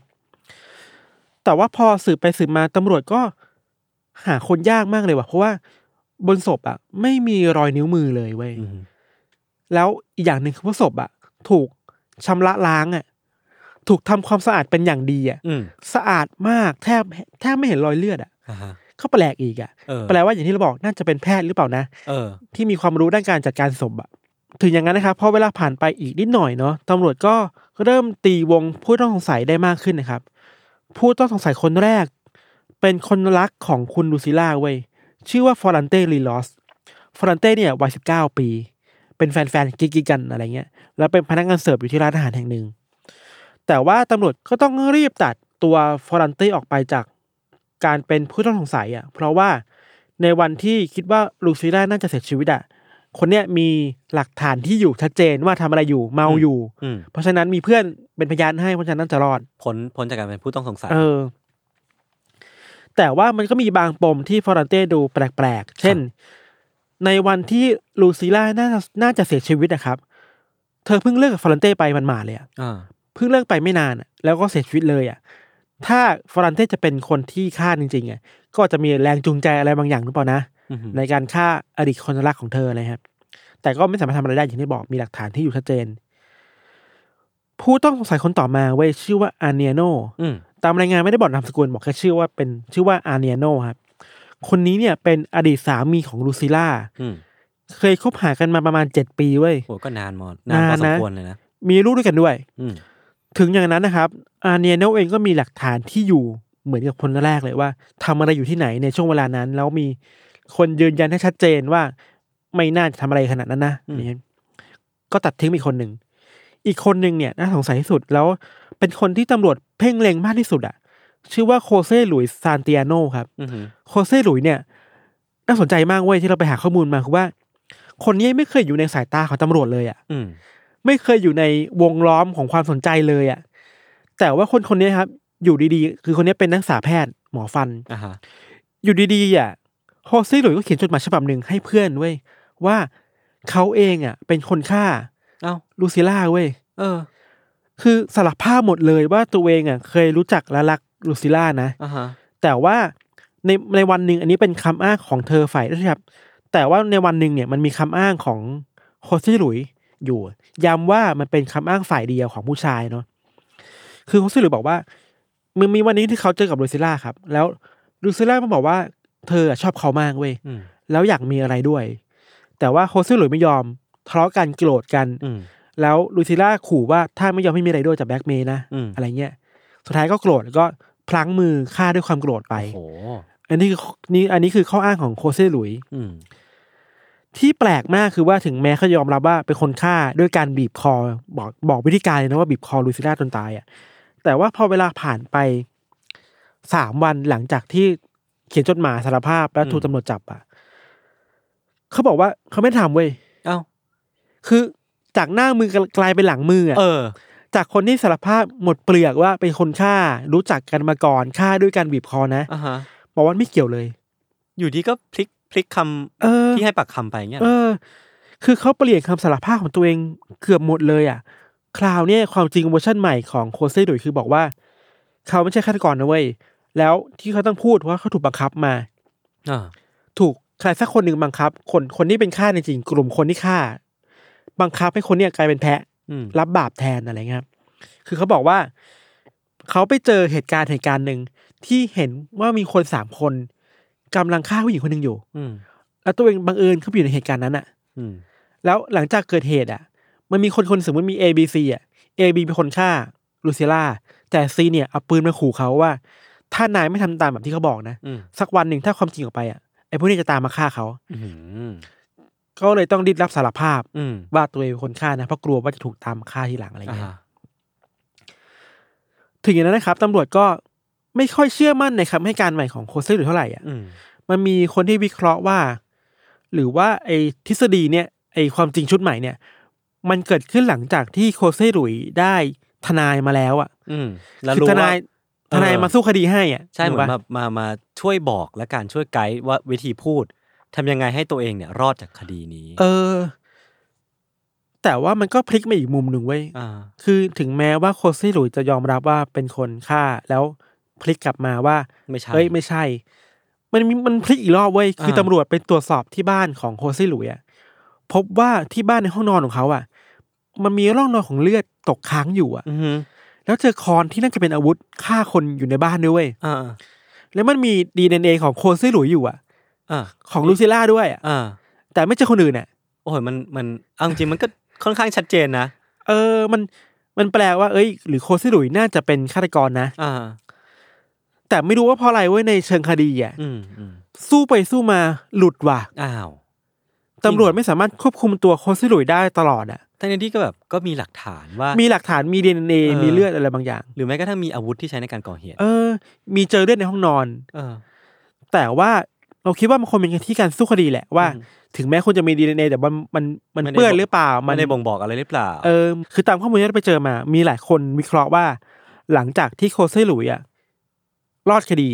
C: แต่ว่าพอสืบไปสืบมาตำรวจก็หาคนยากมากเลยว่ะ เพราะว่าบนศพอ่ะ ไม่มีรอยนิ้วมือเลยเว้ย
B: อืม
C: แล้วอีกอย่างหนึ่งคือว่าศพอ่ะ ถูกชำระล้างอ่ะ ถูกทำความสะอาดเป็นอย่างดีอ่ะ
B: อืม
C: สะอาดมากแทบแทบไม่เห็นรอยเลือดอ่ะ
B: อ่าฮะ
C: เขาแปลกอีกอ่ะ
B: เออ
C: แปลว่าอย่างที่เราบอกน่าจะเป็นแพทย์หรือเปล่านะ
B: เออ
C: ที่มีความรู้ด้านการจัดการศพอะถึงอย่างนั้นนะครับพอเวลาผ่านไปอีกนิดหน่อยเนาะตำรวจก็เริ่มตีวงผู้ต้องสงสัยได้มากขึ้นนะครับ ผู้ต้องสงสัยคนแรก เป็นคนรักของคุณลูซิล่าเว้ยชื่อว่าฟอรันเต้ลีลอสฟอรันเต้เนี่ยวัยสิบเก้าปี เป็นแฟนๆกิ๊กๆกันอะไรเงี้ย แล้วเป็นพนักงานเสิร์ฟอยู่ที่ร้านอาหารแห่งหนึ่ง แต่ว่าตำรวจก็ต้องรีบตัดตัวฟอรันเต้ออกไปจากการเป็นผู้ต้องสงสัยอะ่ะ เพราะว่าในวันที่คิดว่าลูซิล่าน่าจะเสียชีวิตอะ่ะ คนเนี้ยมีหลักฐานที่อยู่ชัดเจนว่าทำอะไรอยู่เมาอยู่
B: อืม
C: เพราะฉะนั้นมีเพื่อนเป็นพยานให้เพราะฉะนั้นน่าจะรอด
B: พ้นพ้นจากการเป็นผู้ต้องสงสัย
C: เออ แต่ว่ามันก็มีบางปมที่ฟอรันเต้ดูแปลกๆ เช่น ในวันที่ลูซิล่าน่าจะน่าจะเสียชีวิตนะครับ เธอเพิ่งเลิกกับฟอรันเต้ไปมันหมาดๆเลยอะ
B: อ่า
C: เพิ่งเลิกไปไม่นานอะแล้วก็เสียชีวิตเลยอ่ะ ถ้าฟอรันเต้จะเป็นคนที่ฆ่าจริงๆอ่ะก็จะมีแรงจูงใจอะไรบางอย่างหรือเปล่านะ
B: อืม
C: ในการฆ่าอดีตคนรักของเธอเลยครับ แต่ก็ไม่สามารถทำอะไรได้อย่างที่บอกมีหลักฐานที่อยู่ชัดเจน ผู้ต้องสงสัยคนต่อมาเว้ยชื่อว่าอาเนียโน
B: อืม
C: ตามรายงานไม่ได้บอกนามสกุลบอกแค่ชื่อว่าเป็นชื่อว่าอาเนียโนครับ คนนี้เนี่ยเป็นอดีตสามีของลูซิล่า
B: อืม
C: เคยคบหากันมาประมาณเจ็ดปีเว้ย
B: โหก็นานมอนนานพอส
C: นา
B: ม
C: นนะ
B: ควรเลยนะ
C: มีลูกด้วยกันด้วย
B: อืม
C: ถึงอย่างนั้นนะครับ อาเนียโนเองก็มีหลักฐานที่อยู่เหมือนกับคนแรกเลยว่าทำอะไรอยู่ที่ไหนในช่วงเวลานั้น แล้วมีคนยืนยันให้ชัดเจนว่า ไม่น่าจะทำอะไรขนาดนั้นนะนี่ก็ตัดทิ้งไปอีกคนหนึ่ง อีกคนหนึ่งเนี่ยน่าสงสัยที่สุดแล้วเป็นคนที่ตำรวจเพ่งเล็งมากที่สุดอ่ะ ชื่อว่าโคเซ่หลุยส์ซานติอาโนครับ
B: อืม
C: โคเซ่หลุยเนี่ย น่าสนใจมากเว้ยที่เราไปหาข้อมูลมาคือว่า คนนี้ไม่เคยอยู่ในสายตาของตำรวจเลยอะ่ะ
B: อืม
C: ไม่เคยอยู่ในวงล้อมของความสนใจเลยอะ่ะ แต่ว่าคนคนนี้ครับ อยู่ดีๆ คือคนนี้เป็นนักศึกษาแพทย์หมอฟัน
B: อ่าฮะ
C: อยู่ดีๆอ่ะโคเซ่หลุยก็เขียนจดหมายฉบับหนึ่งให้เพื่อนเว้ยว่าเขาเองอ่ะ เป็นคนฆ่า
B: เอ้า
C: ลูซิล่าเว้ย
B: เออ
C: คือสารภาพหมดเลยว่าตัวเองอ่ะ เคยรู้จักและรักลูซิล่านะ
B: อ่าฮะ
C: แต่ว่าในในวันหนึ่งอันนี้เป็นคำอ้างของเธอฝ่ายนะครับ แต่ว่าในวันหนึ่งเนี่ยมันมีคำอ้างของโคซี่หลุยอยู่ ย้ำว่ามันเป็นคำอ้างฝ่ายเดียวของผู้ชายเนาะคือโคซี่หลุยบอกว่ามันมีวันนี้ที่เขาเจอกับลูซิล่าครับ แล้วลูซิล่ามันบอกว่าเธออะชอบเขามากเว้ย
B: อืม
C: แล้วอยากมีอะไรด้วย แต่ว่าโคซี่หลุยไม่ยอมทะเลาะกันโกรธกัน
B: อืม
C: แล้วลูซิล่าขู่ว่าถ้าไม่ยอมให้มีอะไรด้วยจะแบล็กเมย์นะ
B: อืม
C: อะไรเงี้ยสุดท้ายก็โกรธแล้วก็พลั้งมือฆ่าด้วยความโกรธไป
B: โอ้โห
C: อันนี้คือนี่อันนี้คือข้ออ้างของโคเซ่หลุย
B: อืม
C: ที่แปลกมากคือว่าถึงแม้เขายอมรับว่าเป็นคนฆ่าด้วยการบีบคอบอกบอกวิธีการเลยนะว่าบีบคอลูซิล่าจนตายอ่ะแต่ว่าพอเวลาผ่านไปสามวันหลังจากที่เขียนจดหมายสารภาพแล้วถูกตำรวจจับอ่ะเขาบอกว่าเขาไม่ทำเว้ย
B: เอ้า
C: คือจากหน้ามือกลายเป็นหลังมืออ่ะ
B: เออ
C: จากคนที่สารภาพหมดเปลือกว่าเป็นคนฆ่ารู้จักกันมาก่อนฆ่าด้วยการบีบคอนะ
B: อ่าฮะ
C: บอกว่าไม่เกี่ยวเลย
B: อยู่ดีก็พลิกพลิกค
C: เออ
B: ำที่ให้ปากคำไปเงี้ย
C: เออ คือเขาเปลี่ยนคำสารภาพของตัวเองเกือบหมดเลยอ่ะ คราวเนี้ยความจริงเวอร์ชันใหม่ของโคเซ่ดุยคือบอกว่า เขาไม่ใช่ฆาตกรนะเว้ย แล้วที่เขาต้องพูดว่าเขาถูกบังคับมา
B: อ่า
C: ถูกใครสักคนหนึ่งบังคับ คนคนที่เป็นฆ่าจริงๆกลุ่มคนที่ฆ่า บังคับให้คนเนี้ยกลายเป็นแพะ
B: อืม
C: รับบาปแทนอะไรเงี้ยครับคือเขาบอกว่า เขาไปเจอเหตุการณ์เหตุการณ์หนึ่งที่เห็นว่ามีคนสามคนกำลังฆ่าผู้หญิงคนหนึ่งอยู่
B: อืม
C: แล้วตัวเองบังเอิญเข้าไปอยู่ในเหตุการณ์นั้นอะ
B: อืม
C: แล้วหลังจากเกิดเหตุอะมันมีคนคนสมมติมี A B C อะ A B เป็นคนฆ่าลูซิล่าแต่ C เนี่ยเอาปืนมาขู่เขาว่า ถ้านายไม่ทำตามแบบที่เขาบอกนะ
B: อืม
C: สักวันหนึ่งถ้าความจริงออกไปอะไอ้พวกนี้จะตามมาฆ่าเขา
B: อืม
C: ก็เลยต้องรีบรับสารภาพ
B: อืม
C: ว่าตัวเองเป็นคนฆ่านะเพราะกลัวว่าจะถูกตามฆ่าทีหลังอะไรอย่าง
B: อ่า
C: เงี้ย
B: ฮะ
C: ถึงอย่างนั้นนะครับตำรวจก็ไม่ค่อยเชื่อมั่นในคำให้การใหม่ของโคเซ่หรือเท่าไหร่อ่ะ
B: อืม
C: มันมีคนที่วิเคราะห์ว่า หรือว่าไอ้ทฤษฎีเนี่ยไอ้ความจริงชุดใหม่เนี่ย มันเกิดขึ้นหลังจากที่โคเซ่หลุยได้ทนายมาแล้วอ่ะ
B: อืมแล้ว
C: คือ
B: รู้
C: ทนา
B: ว่า
C: ยทนาย
B: เออ
C: มาสู้คดีให้อ่ะ
B: ใช่เหมือน
C: ถูก
B: มา
C: ปะ
B: มามาช่วยบอกและการช่วยไกด์ว่าวิธีพูดทำยังไงให้ตัวเองเนี่ยรอดจากคดีนี้
C: เออ แต่ว่ามันก็พลิกมาอีกมุมหนึ่งเว้ย
B: อ่า
C: คือถึงแม้ว่าโคเซ่หลุยจะยอมรับว่าเป็นคนฆ่าแล้วพลิกกลับมาว่า
B: ไม่ใช่
C: เอ้ยไม่ใช่ มันมีมันพลิกอีกรอบเว้ย คือ
B: อ่า
C: ตำรวจไปตรวจสอบที่บ้านของโคซี่หลุยอะพบว่าที่บ้านในห้องนอนของเขาอะมันมีร่องรอยของเลือดตกค้างอยู่อะ
B: อือฮึ
C: แล้วเจอคอนที่น่าจะเป็นอาวุธฆ่าคนอยู่ในบ้านด้วยเว้ย
B: อ่า
C: แล้วมันมีดีเอ็นเอของโคซี่หลุยอยู่อะ
B: อ่า
C: ของลูซิล่าด้วยอะ
B: อ่า
C: แต่ไม่เจอคนอื่นอะ
B: โอ้ยมันมันเอาจริงๆมันก็ค่อนข้างชัดเจนนะ
C: เออมันมันแปลว่าเอ้ย หรือโคซี่หลุยน่าจะเป็นฆาตกรนะ
B: อ่า
C: แต่ไม่รู้ว่าเพราะอะไรเว้ยในเชิงคดีอะ
B: อืมอืม
C: สู้ไปสู้มาหลุดว่ะ
B: อ้าว
C: ตำรวจไม่สามารถควบคุมตัวโคซี่หลุยได้ตลอดอะ
B: ทั้งนี้ที่ก็แบบก็มีหลักฐานว่า
C: มีหลักฐานมีดีเอ็นเอ
B: เออ
C: มีเลือดอะไรบางอย่าง
B: หรือแม้กระทั่งมีอาวุธที่ใช้ในการก่อเหตุ
C: เออ มีเจอเลือดในห้องนอน
B: เออ
C: แต่ว่าเราคิดว่ามันคงเป็นที่การสู้คดีแหละว่า
B: อืม
C: ถึงแม้คุณจะมีดีเอ็นเอแต่มันมันมัน
B: มันได้
C: เปื้อ
B: บ
C: น
B: อก
C: หรือเปล่า
B: มั
C: มัน
B: ได้บ่งบอกอะไรหรือเปล่า
C: เออคือตามข้อมูลที่เราไปเจอมา มีหลายคนวิเคราะห์ว่า หลังจากที่โคเซหลุยอะรอดคดี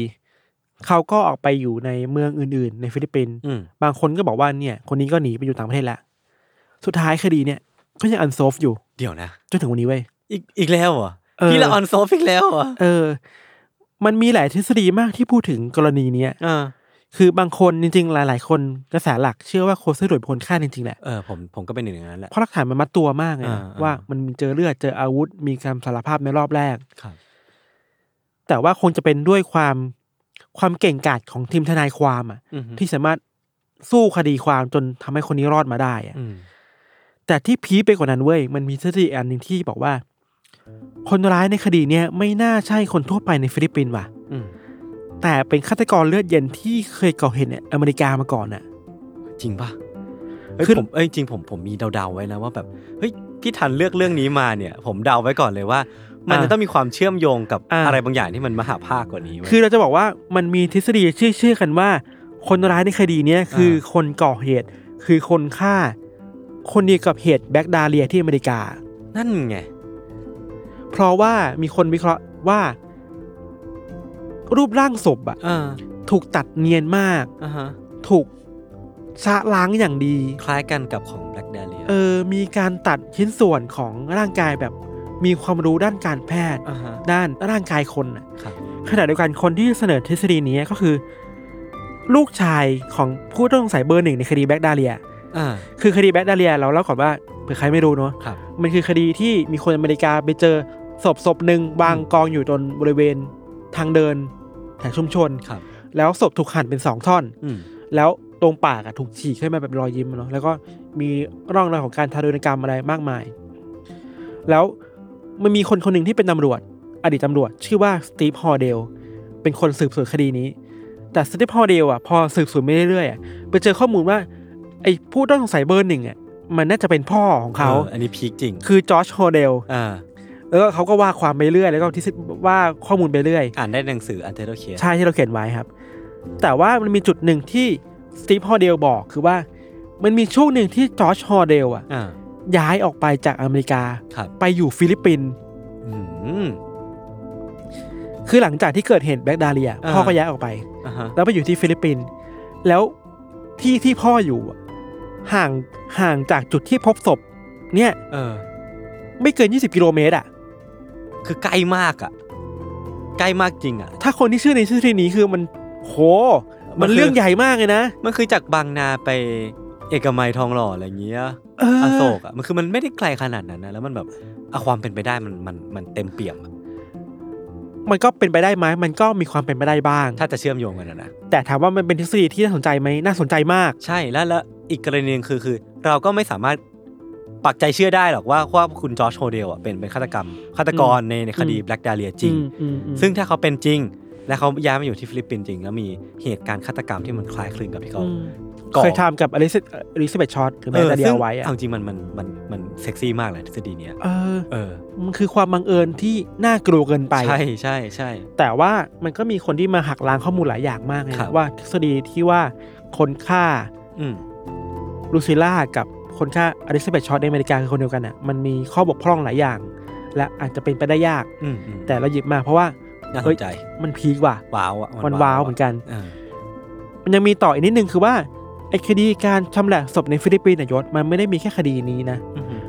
C: เขาก็ออกไปอยู่ในเมืองอื่น ๆ ในฟิลิปปินส์
B: อืม
C: บางคนก็บอกว่าเนี่ย คนนี้ก็หนีไปอยู่ต่างประเทศแล้วสุดท้ายคดีเนี่ย ก็ยังอันโซฟอยู่
B: เดี๋ยวนะ
C: จนถึงวันนี้เว้ย
B: อีกอีกแล้วเหรอ
C: เออ
B: พี่ละออนโซฟอีกแล้วเหรอ
C: เออ มันมีหลายทฤษฎีมากที่พูดถึงกรณีเนี้ย
B: อ่า
C: คือบางคนจริง ๆ หลาย ๆ คนกระแสหลักเชื่อว่าโคเซโดยพลฆ่าจริง ๆ แหละ
B: เออผมผมก็เป็นหนึ่งในนั้นแหละ
C: เพราะหลักฐานมันมัดตัวมากเลยนะ
B: อ่าอ่า
C: ว่ามันมีเจอเลือด เจออาวุธ มีคำสารภาพในรอบแรก
B: ครับ
C: แต่ว่าคงจะเป็นด้วยความความเก่งกาจของทีมทนายความอ่ะ
B: อือฮึ
C: ที่สามารถสู้คดีความจนทำให้คนนี้รอดมาได้อะ
B: อืม
C: แต่ที่พีคไปกว่านั้นเว้ย มันมีทฤษฎีอันหนึ่งที่บอกว่า คนร้ายในคดีเนี้ยไม่น่าใช่คนทั่วไปในฟิลิปปินส์ว่ะ
B: อืม
C: แต่เป็นฆาตกรเลือดเย็นที่เคยก่อเหตุในอเมริกามาก่อนน่ะ
B: จริงปะเฮ้ย
C: คือ
B: ผมเอ้ยจริงผมผมมีเดาๆไว้นะว่าแบบเฮ้ยพี่ทันเลือกเรื่องนี้มาเนี่ย ผมเดาไว้ก่อนเลยว่า มัน
C: อ่า
B: จะต้องมีความเชื่อมโยงกับ
C: อ่า
B: อะไรบางอย่างที่มันมหาภาคกว่านี้เว้ย
C: คือเราจะบอกว่ามันมีทฤษฎีเชื่อเชื่อกันว่า คนร้ายในคดีเนี้ยคือ
B: อ่า
C: คนก่อเหตุ คือคนฆ่า คนเดียวกับเหตุแบ็กดาเลียที่อเมริกา
B: นั่นไง
C: เพราะว่ามีคนวิเคราะห์ว่า รูปร่างศพอะ
B: อ่า
C: ถูกตัดเนียนมาก
B: อ่าฮะ
C: ถูกชะล้างอย่างดี
B: คล้ายกันกับของ Black Dahlia
C: เออมีการตัดชิ้นส่วนของร่างกายแบบมีความรู้ด้านการแพทย์
B: อ่าฮะ
C: ด้านร่างกายคนน่ะ
B: ครับ
C: ขณะเดียวกันคนที่เสนอทฤษฎีนี้ก็คือ ลูกชายของผู้ต้องสงสัยเบอร์หนึ่งในคดีแบ็กดาเลีย
B: อ่า
C: คือคดีแบ็กดาเลียเราเล่าก่อนว่าเผื่อใครไม่รู้เนาะ
B: ครับ
C: มันคือคดีที่มีคนอเมริกาไปเจอศพศพหนึ่งวางกองอยู่ตนบริเวณทางเดินแถวชุมชน
B: ครับ
C: แล้วศพถูกหั่นเป็นสองท่อน
B: อืม
C: แล้วตรงปากอะถูกฉีกขึ้นมาแบบรอยยิ้มอะเนาะแล้วก็มีร่องรอยของการทารุณกรรมอะไรมากมาย แล้วมันมีคนคนหนึ่งที่เป็นตำรวจ อดีตตำรวจ ชื่อว่าสตีฟฮอร์เดลเป็นคนสืบสวนคดีนี้ แต่สตีฟฮอร์เดลอะพอสืบสวนไปเรื่อยๆอะไปเจอข้อมูลว่าไอ้ผู้ต้องสงสัยเบอร์หนึ่งอะมันน่าจะเป็นพ่อของเขา
B: อออันนี้พีคจริง
C: คือจอร์จฮอร์เดล
B: อ่า
C: แล้วก็เขาก็ว่าความไปเรื่อยแล้วก็ทฤษฎีว่าข้อมูลไปเรื่อย
B: อ่านได้ในหนังสือ Untitled Case
C: ใช่ที่เราเขียนไว้ครับ แต่ว่ามันมีจุดหนึ่งที่สตีฟฮอร์เดลบอกคือว่า มันมีช่วงหนึ่งที่จอร์จฮอร์เดลอะ
B: อ่า
C: ย้ายออกไปจากอเมริกา
B: ครับ
C: ไปอยู่ฟิลิปปินส์
B: อืม
C: คือหลังจากที่เกิดเหตุแบล็กดาเลีย
B: อ่า
C: พ่อก็ย้ายออกไป
B: อ่าฮะ
C: แล้วไปอยู่ที่ฟิลิปปินส์แล้วที่ที่พ่ออยู่อะห่างห่างจากจุดที่พบศพ เนี่ย
B: เออ
C: ไม่เกิน 20 กิโลเมตรอะ
B: คือใกล้มากอะใกล้มากจริงอะ
C: ถ้าคนที่เชื่อในชื่อทีนี้คือมันโหมันเรื่องใหญ่มากเลยนะ
B: มันคือจากบางนาไปเอกมัยทองหล่ออะไรอย่างเงี้ย
C: เออ
B: อ
C: อ
B: โศกอะมันคือมันไม่ได้ไกลขนาดนั้นนะแล้วมันแบบอะความเป็นไปได้มันมันมันเต็มเปี่ยมอะ
C: มันก็เป็นไปได้ไหมมันก็มีความเป็นไปได้บ้าง
B: ถ้าจะเชื่อมโยงกันนะนะ
C: แต่ถามว่ามันเป็นทฤษฎีที่น่าสนใจไหมน่าสนใจมาก
B: ใช่แล้วแล้วอีกกรณีหนึงคือคือ เราก็ไม่สามารถปักใจเชื่อได้หรอกว่าว่าคุณจอร์จโฮเดลอ่ะเป็นเป็นฆาตกรรมฆาตกรในในคดี
C: อืม
B: แบล็กดาเลียจริง
C: อืมอืมอืม
B: ซึ่งถ้าเขาเป็นจริง และเขาย้ายมาอยู่ที่ฟิลิปปินส์จริง แล้วมีเหตุการณ์ฆาตกรรมที่มันคล้ายคลึงกับที่เขา
C: อืม
B: ก่อ
C: เคยทำกับอลิซอลิซาเบธชอตหรือแม่แต่เดียวไว้อะ
B: เอาจริงมันมันมันมันเซ็กซี่มากเลยทฤษฎีเนี้ย
C: เออ
B: เออ
C: มันคือความบังเอิญที่น่ากลัวเกินไป
B: ใช่ใช่ใช่
C: แต่ว่ามันก็มีคนที่มาหักล้างข้อมูลหลายอย่างมากเลย
B: ครั
C: นะ
B: บ
C: ว่าทฤษฎีที่ว่าคนฆ่า
B: อืม
C: ลูซิล่ากับคนฆ่าอลิซาเบธชอตในอเมริกาคือคนเดียวกันอ่ะมันมีข้อบกพร่องหลายอย่าง และอาจจะเป็นไปได้ยาก
B: อืมอืม
C: แต่เราหยิบมาเพราะว่า
B: น่าส
C: เฮ้ย
B: นใจ
C: มันพีกว่ะ
B: ว้าวอ่ะ
C: มันว้าวเหมือนกัน
B: เออ
C: มันยังมีต่ออีกนิดนึงคือว่าไอ้คดีการชำแหละศพในฟิลิปปินส์นะยศมันไม่ได้มีแค่คดีนี้นะ
B: อืม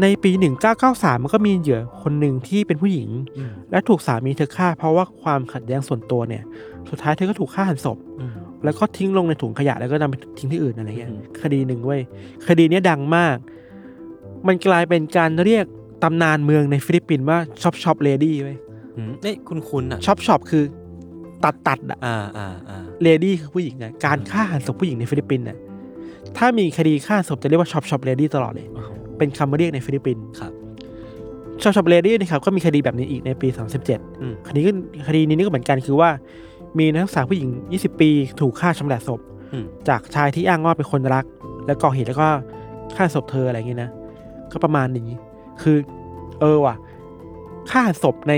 C: ในปี 1993 มันก็มีเหยื่อคนหนึ่งที่เป็นผู้หญิง
B: อืม
C: และถูกสามีเธอฆ่า เพราะว่าความขัดแย้งส่วนตัวเนี่ย สุดท้ายเธอก็ถูกฆ่าหันศพ
B: อืม
C: แล้วก็ทิ้งลงในถุงขยะแล้วก็นำไปทิ้งที่อื่นอะไรเงี้ย
B: อืม
C: คดีหนึ่งเว้ยคดีเนี้ยดังมาก มันกลายเป็นการเรียกตำนานเมืองในฟิลิปปินส์ว่าช็อปช็อปเลดี้เว้ย
B: อืมเอ้ยคุณคุณอ่ะ
C: ช็อปช็อปคือตัดตัดอะ
B: อ่าอ่าอ่า
C: เลดี้คือผู้หญิงไงการฆ่าหันศพผู้หญิงในฟิลิปปินส์น่ะถ้ามีคดีฆ่าศพจะเรียกว่าช็อปช็อปเลดี้ตลอดเลย เป็นคำเรียกในฟิลิปปินส์
B: ครับ
C: ช็อปช็อปเลดี้นะครับก็มีคดีแบบนี้อีกในปี
B: อืม
C: 37 คดีก็คดีนี้นี่ก็เหมือนกันคือว่า มีนักศึกษาผู้หญิง 20 ปีถูกฆ่าชำแหละศพ
B: อืม
C: จากชายที่อ้างว่าเป็นคนรัก แล้วก่อเหตุแล้วก็ฆ่าศพเธออะไรอย่างเงี้ยนะ ก็ประมาณนี้ คือ เออว่ะฆ่าศพใน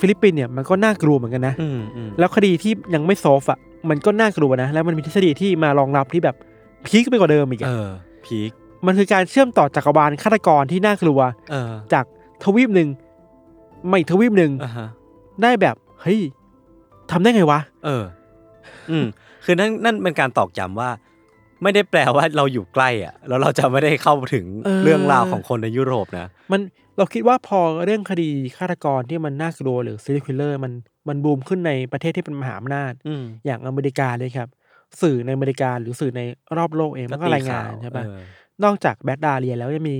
C: ฟิลิปปินส์เนี่ยมันก็น่ากลัวเหมือนกันนะ
B: อืมอืม
C: แล้วคดีที่ยังไม่โซฟอ่ะมันก็น่ากลัวนะ แล้วมันมีทฤษฎีที่มารองรับที่แบบพีคไปกว่าเดิมอีก
B: เอ
C: อะ
B: อพีค
C: มันคือการเชื่อมต่อจักรวาลฆาตกรที่น่ากลัว
B: เออ
C: จากทวีปหนึ่งไม่ทวีปหนึ่ง
B: อ่าฮะ
C: ได้แบบเฮ้ยทำได้ไงวะ
B: เออ อืม คือนั่นนั่นเป็นการตอกย้ำว่า ไม่ได้แปลว่าเราอยู่ใกล้อ่ะ แล้วเราจะไม่ได้เข้าถึง
C: เออ
B: เรื่องราวของคนในยุโรปนะ
C: มันเราคิดว่าพอเรื่องคดีฆาตกรที่มันน่ากลัวหรือซีรีส์คิลเลอร์มันมันบูมขึ้นในประเทศที่เป็นมหาอำนาจ
B: อืม
C: อย่างอเมริกาเลยครับ สื่อในอเมริกาหรือสื่อในรอบโลกเองมันก็รายงานใช่ปะ
B: เออน
C: อกจากแบดดาเรียแล้วยังมี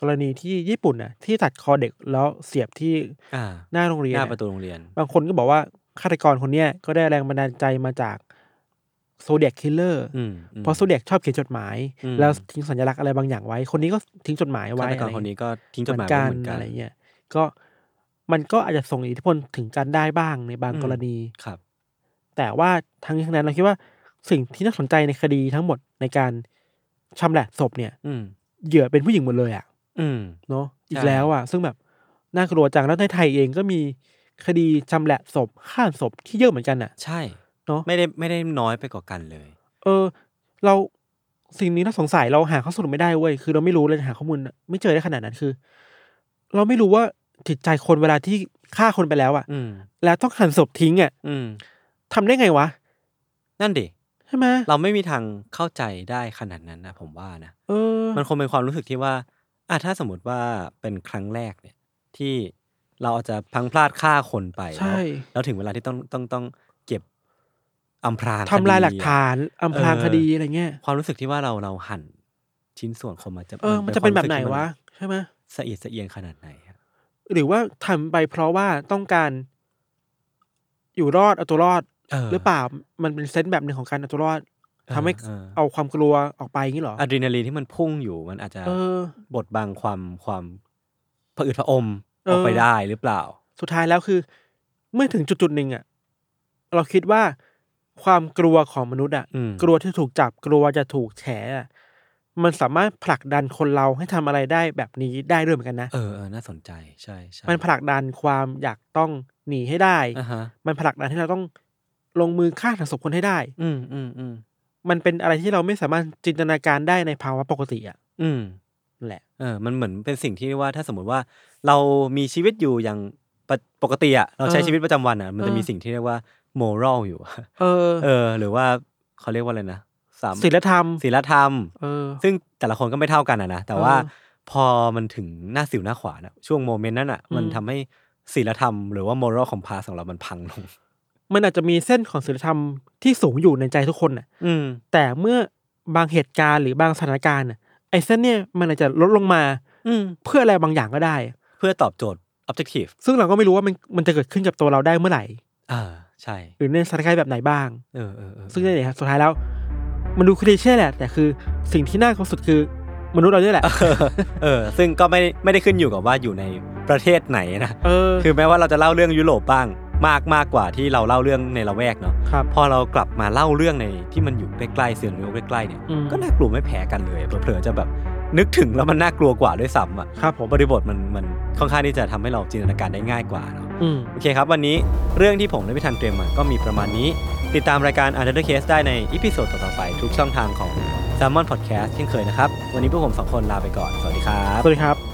C: กรณีที่ญี่ปุ่นน่ะที่ตัดคอเด็กแล้วเสียบที่
B: อ่า
C: หน้าโรงเรียน
B: หน้า
C: น่ะ
B: ประตูโรงเรียน
C: บางคนก็บอกว่าฆาตกรคนเนี้ยก็ได้แรงบันดาลใจมาจากโซเดียกคิลเลอร์
B: อืมอืม
C: เพราะโซเดียกชอบเขียนจดหมาย
B: อืม
C: แล้วทิ้งสัญลักษณ์อะไรบางอย่างไว้ คนนี้ก็ทิ้งจดหมายไว้
B: ฆาตกร
C: อะไร
B: คนนี้ก็ทิ้งจด
C: เห
B: ห
C: มื
B: มาย
C: อน
B: ไว้
C: กั
B: เห
C: น
B: มือนกั
C: อะ
B: น
C: ไรเงี้ยก็มันก็อาจจะส่งอิทธิพลถึงกันได้บ้างในบาง
B: อืม
C: กรณี
B: ครับ
C: แต่ว่าทั้งนี้ทั้งนั้นเราคิดว่าสิ่งที่น่าสนใจในคดีทั้งหมดในการชำแหละศพเนี่ย
B: อืม
C: เหยื่อเป็นผู้หญิงหมดเลยอ่ะ
B: อืม
C: เนาะอี
B: ใช่
C: กแล้วอ่ะ ซึ่งแบบน่ากลัวจังแล้วในไทยเองก็มีคดีชำแหละศพฆ่าศพที่เยอะเหมือนกันอ่ะ
B: ใช่
C: เนาะ
B: ไม่ได้ไม่ได้น้อยไปกว่ากันเลย
C: เออ เราสิ่งนี้เราสงสัยเราหาข้อสรุปไม่ได้เว้ยคือเราไม่รู้เลยหาข้อมูลไม่เจอได้ขนาดนั้นคือ เราไม่รู้ว่าจิตใจคนเวลาที่ฆ่าคนไปแล้วอ่ะ
B: อืม
C: แล้วต้องหั่นศพทิ้งอ่ะ
B: อืม
C: ทำได้ไงวะ
B: นั่นดิ
C: ใช่ไหม
B: เราไม่มีทางเข้าใจได้ขนาดนั้นนะผมว่านะ
C: เออ
B: มันคงเป็นความรู้สึกที่ว่าอ่ะถ้าสมมติว่าเป็นครั้งแรกเนี่ย ที่เราอาจจะพลังพลาดฆ่าคนไปแล
C: ใช่
B: ้วแล้วถึงเวลาที่ต้องต้องต้องเก็บอำพราง
C: ทำลายหลัก
B: คดีอะ
C: ฐานอำพราง
B: เออ
C: คดีอะไรเงี้ย
B: ความรู้สึกที่ว่าเราเราหั่นชิ้นส่วนคนมันจะ
C: เออ มันจะเป็นแบบไหน
B: ความรู้สึกที่
C: วะ
B: มั
C: ใช่ไหม
B: สะเอียดสะเอียนขนาดไหนอะ
C: หรือว่าทำไปเพราะว่าต้องการ อยู่รอดเอาตัวรอดหรือเปล่ามันเป็นเซนส์แบบหนึ่งของการเอาตัวรอดทำให้
B: เออ
C: เอาความกลัวออกไปอย่างนี้เหรอ
B: อะดรีนาลีนที่มันพุ่งอยู่มันอาจจะ
C: เออ
B: บดบังความความผะอืดผะอม
C: เออ
B: ออกไปได้หรือเปล่า
C: สุดท้ายแล้วคือ เมื่อถึงจุดจุดๆหนึ่งอะเราคิดว่าความกลัวของมนุษย์อะ
B: อืม
C: กลัวที่ถูกจับกลัวจะถูกแฉอะมันสามารถผลักดันคนเราให้ทำอะไรได้แบบนี้ได้ด้วยเหมือนกันนะ
B: เออเออน่าสนใจใช่ใช่
C: มันผลักดันความอยากต้องหนีให้ได้
B: อ่าฮะ
C: มันผลักดันให้เราต้องลงมือฆ่าหันศพคนให้ได้
B: อืมอืมอืม
C: มันเป็นอะไรที่เราไม่สามารถจินตนาการได้ในภาวะปกติอ่ะ
B: อืม
C: นั่นแหละ
B: เออ มันเหมือนเป็นสิ่งที่ว่าถ้าสมมติว่าเรามีชีวิตอยู่อย่างปะปกติอะเราใช้
C: เออ
B: ชีวิตประจำวันอะมันจะมี
C: เออ
B: สิ่งที่เรียกว่า moral อยู่อะ
C: เออ
B: เออ หรือว่าเขาเรียกว่าอะไรนะสาม
C: ศีลธรรม
B: ศีลธรรม
C: เออ
B: ซึ่งแต่ละคนก็ไม่เท่ากันอะนะ แต่ว่า
C: เออ
B: พอมันถึงหน้าสิวหน้าขวานะช่วงโมเมนต์นั้นอะ
C: อืม
B: มันทำให้ศีลธรรมหรือว่า moral compass ของเรามันพังลง
C: มันอาจจะมีเส้นของศีลธรรมที่สูงอยู่ในใจทุกคนน่ะ
B: อืม
C: แต่เมื่อบางเหตุการณ์หรือบางสถานการณ์น่ะไอ้เส้นเนี่ยมันอาจจะลดลงมา
B: อืม
C: เพื่ออะไรบางอย่างก็ได้
B: เพื่อตอบโจทย์ objective
C: ซึ่งเราก็ไม่รู้ว่ามันมันจะเกิดขึ้นกับตัวเราได้เมื่อไหร่
B: อ่าใช่
C: หรือในสถานการณ์แบบไหนบ้าง
B: เออเออเออ
C: ซึ่งนี่นแหละครับสุดท้ายแล้ว มันดูคลีเช่แหละ แต่คือสิ่งที่น่ากลัวสุดคือมนุษย์เราเนี่ยแหละ
B: เออเออ ซึ่งก็ไม่ไม่ได้ขึ้นอยู่กับว่าอยู่ในประเทศไหนนะ
C: เออ
B: คือแม้ว่าเราจะเล่าเรื่องยุโรปบ้างมากมากกว่าที่เราเล่าเรื่องในละแวกเนาะ
C: ครับ
B: พอเรากลับมาเล่าเรื่องในที่มันอยู่ใกล้ๆเสื่อมโยกใกล้ๆเนี่ย
C: อืม
B: ก็น่ากลัวไม่แพ้กันเลยเผลอๆจะแบบนึกถึงแล้วมันน่ากลัวกว่าด้วยซ้ำอ่ะ
C: ครับผ
B: ผม
C: ม
B: บริบทมันมันค่อนข้างที่จะทำให้เราจินตนาการได้ง่ายกว่าเนาะ
C: อืม
B: โอเคครับ วันนี้เรื่องที่ผมได้ไปทันเตรียมมาก็มีประมาณนี้ ติดตามรายการ u n d e r t a Case ได้ในอีพิโซดต่อๆไป ทุกช่องทางของ s ซ l m o n Podcast เช่นเคยนะครับ วันนี้พวกผมสองคนลาไปก่อน สวัสดีครับ
C: สวัสดีครับ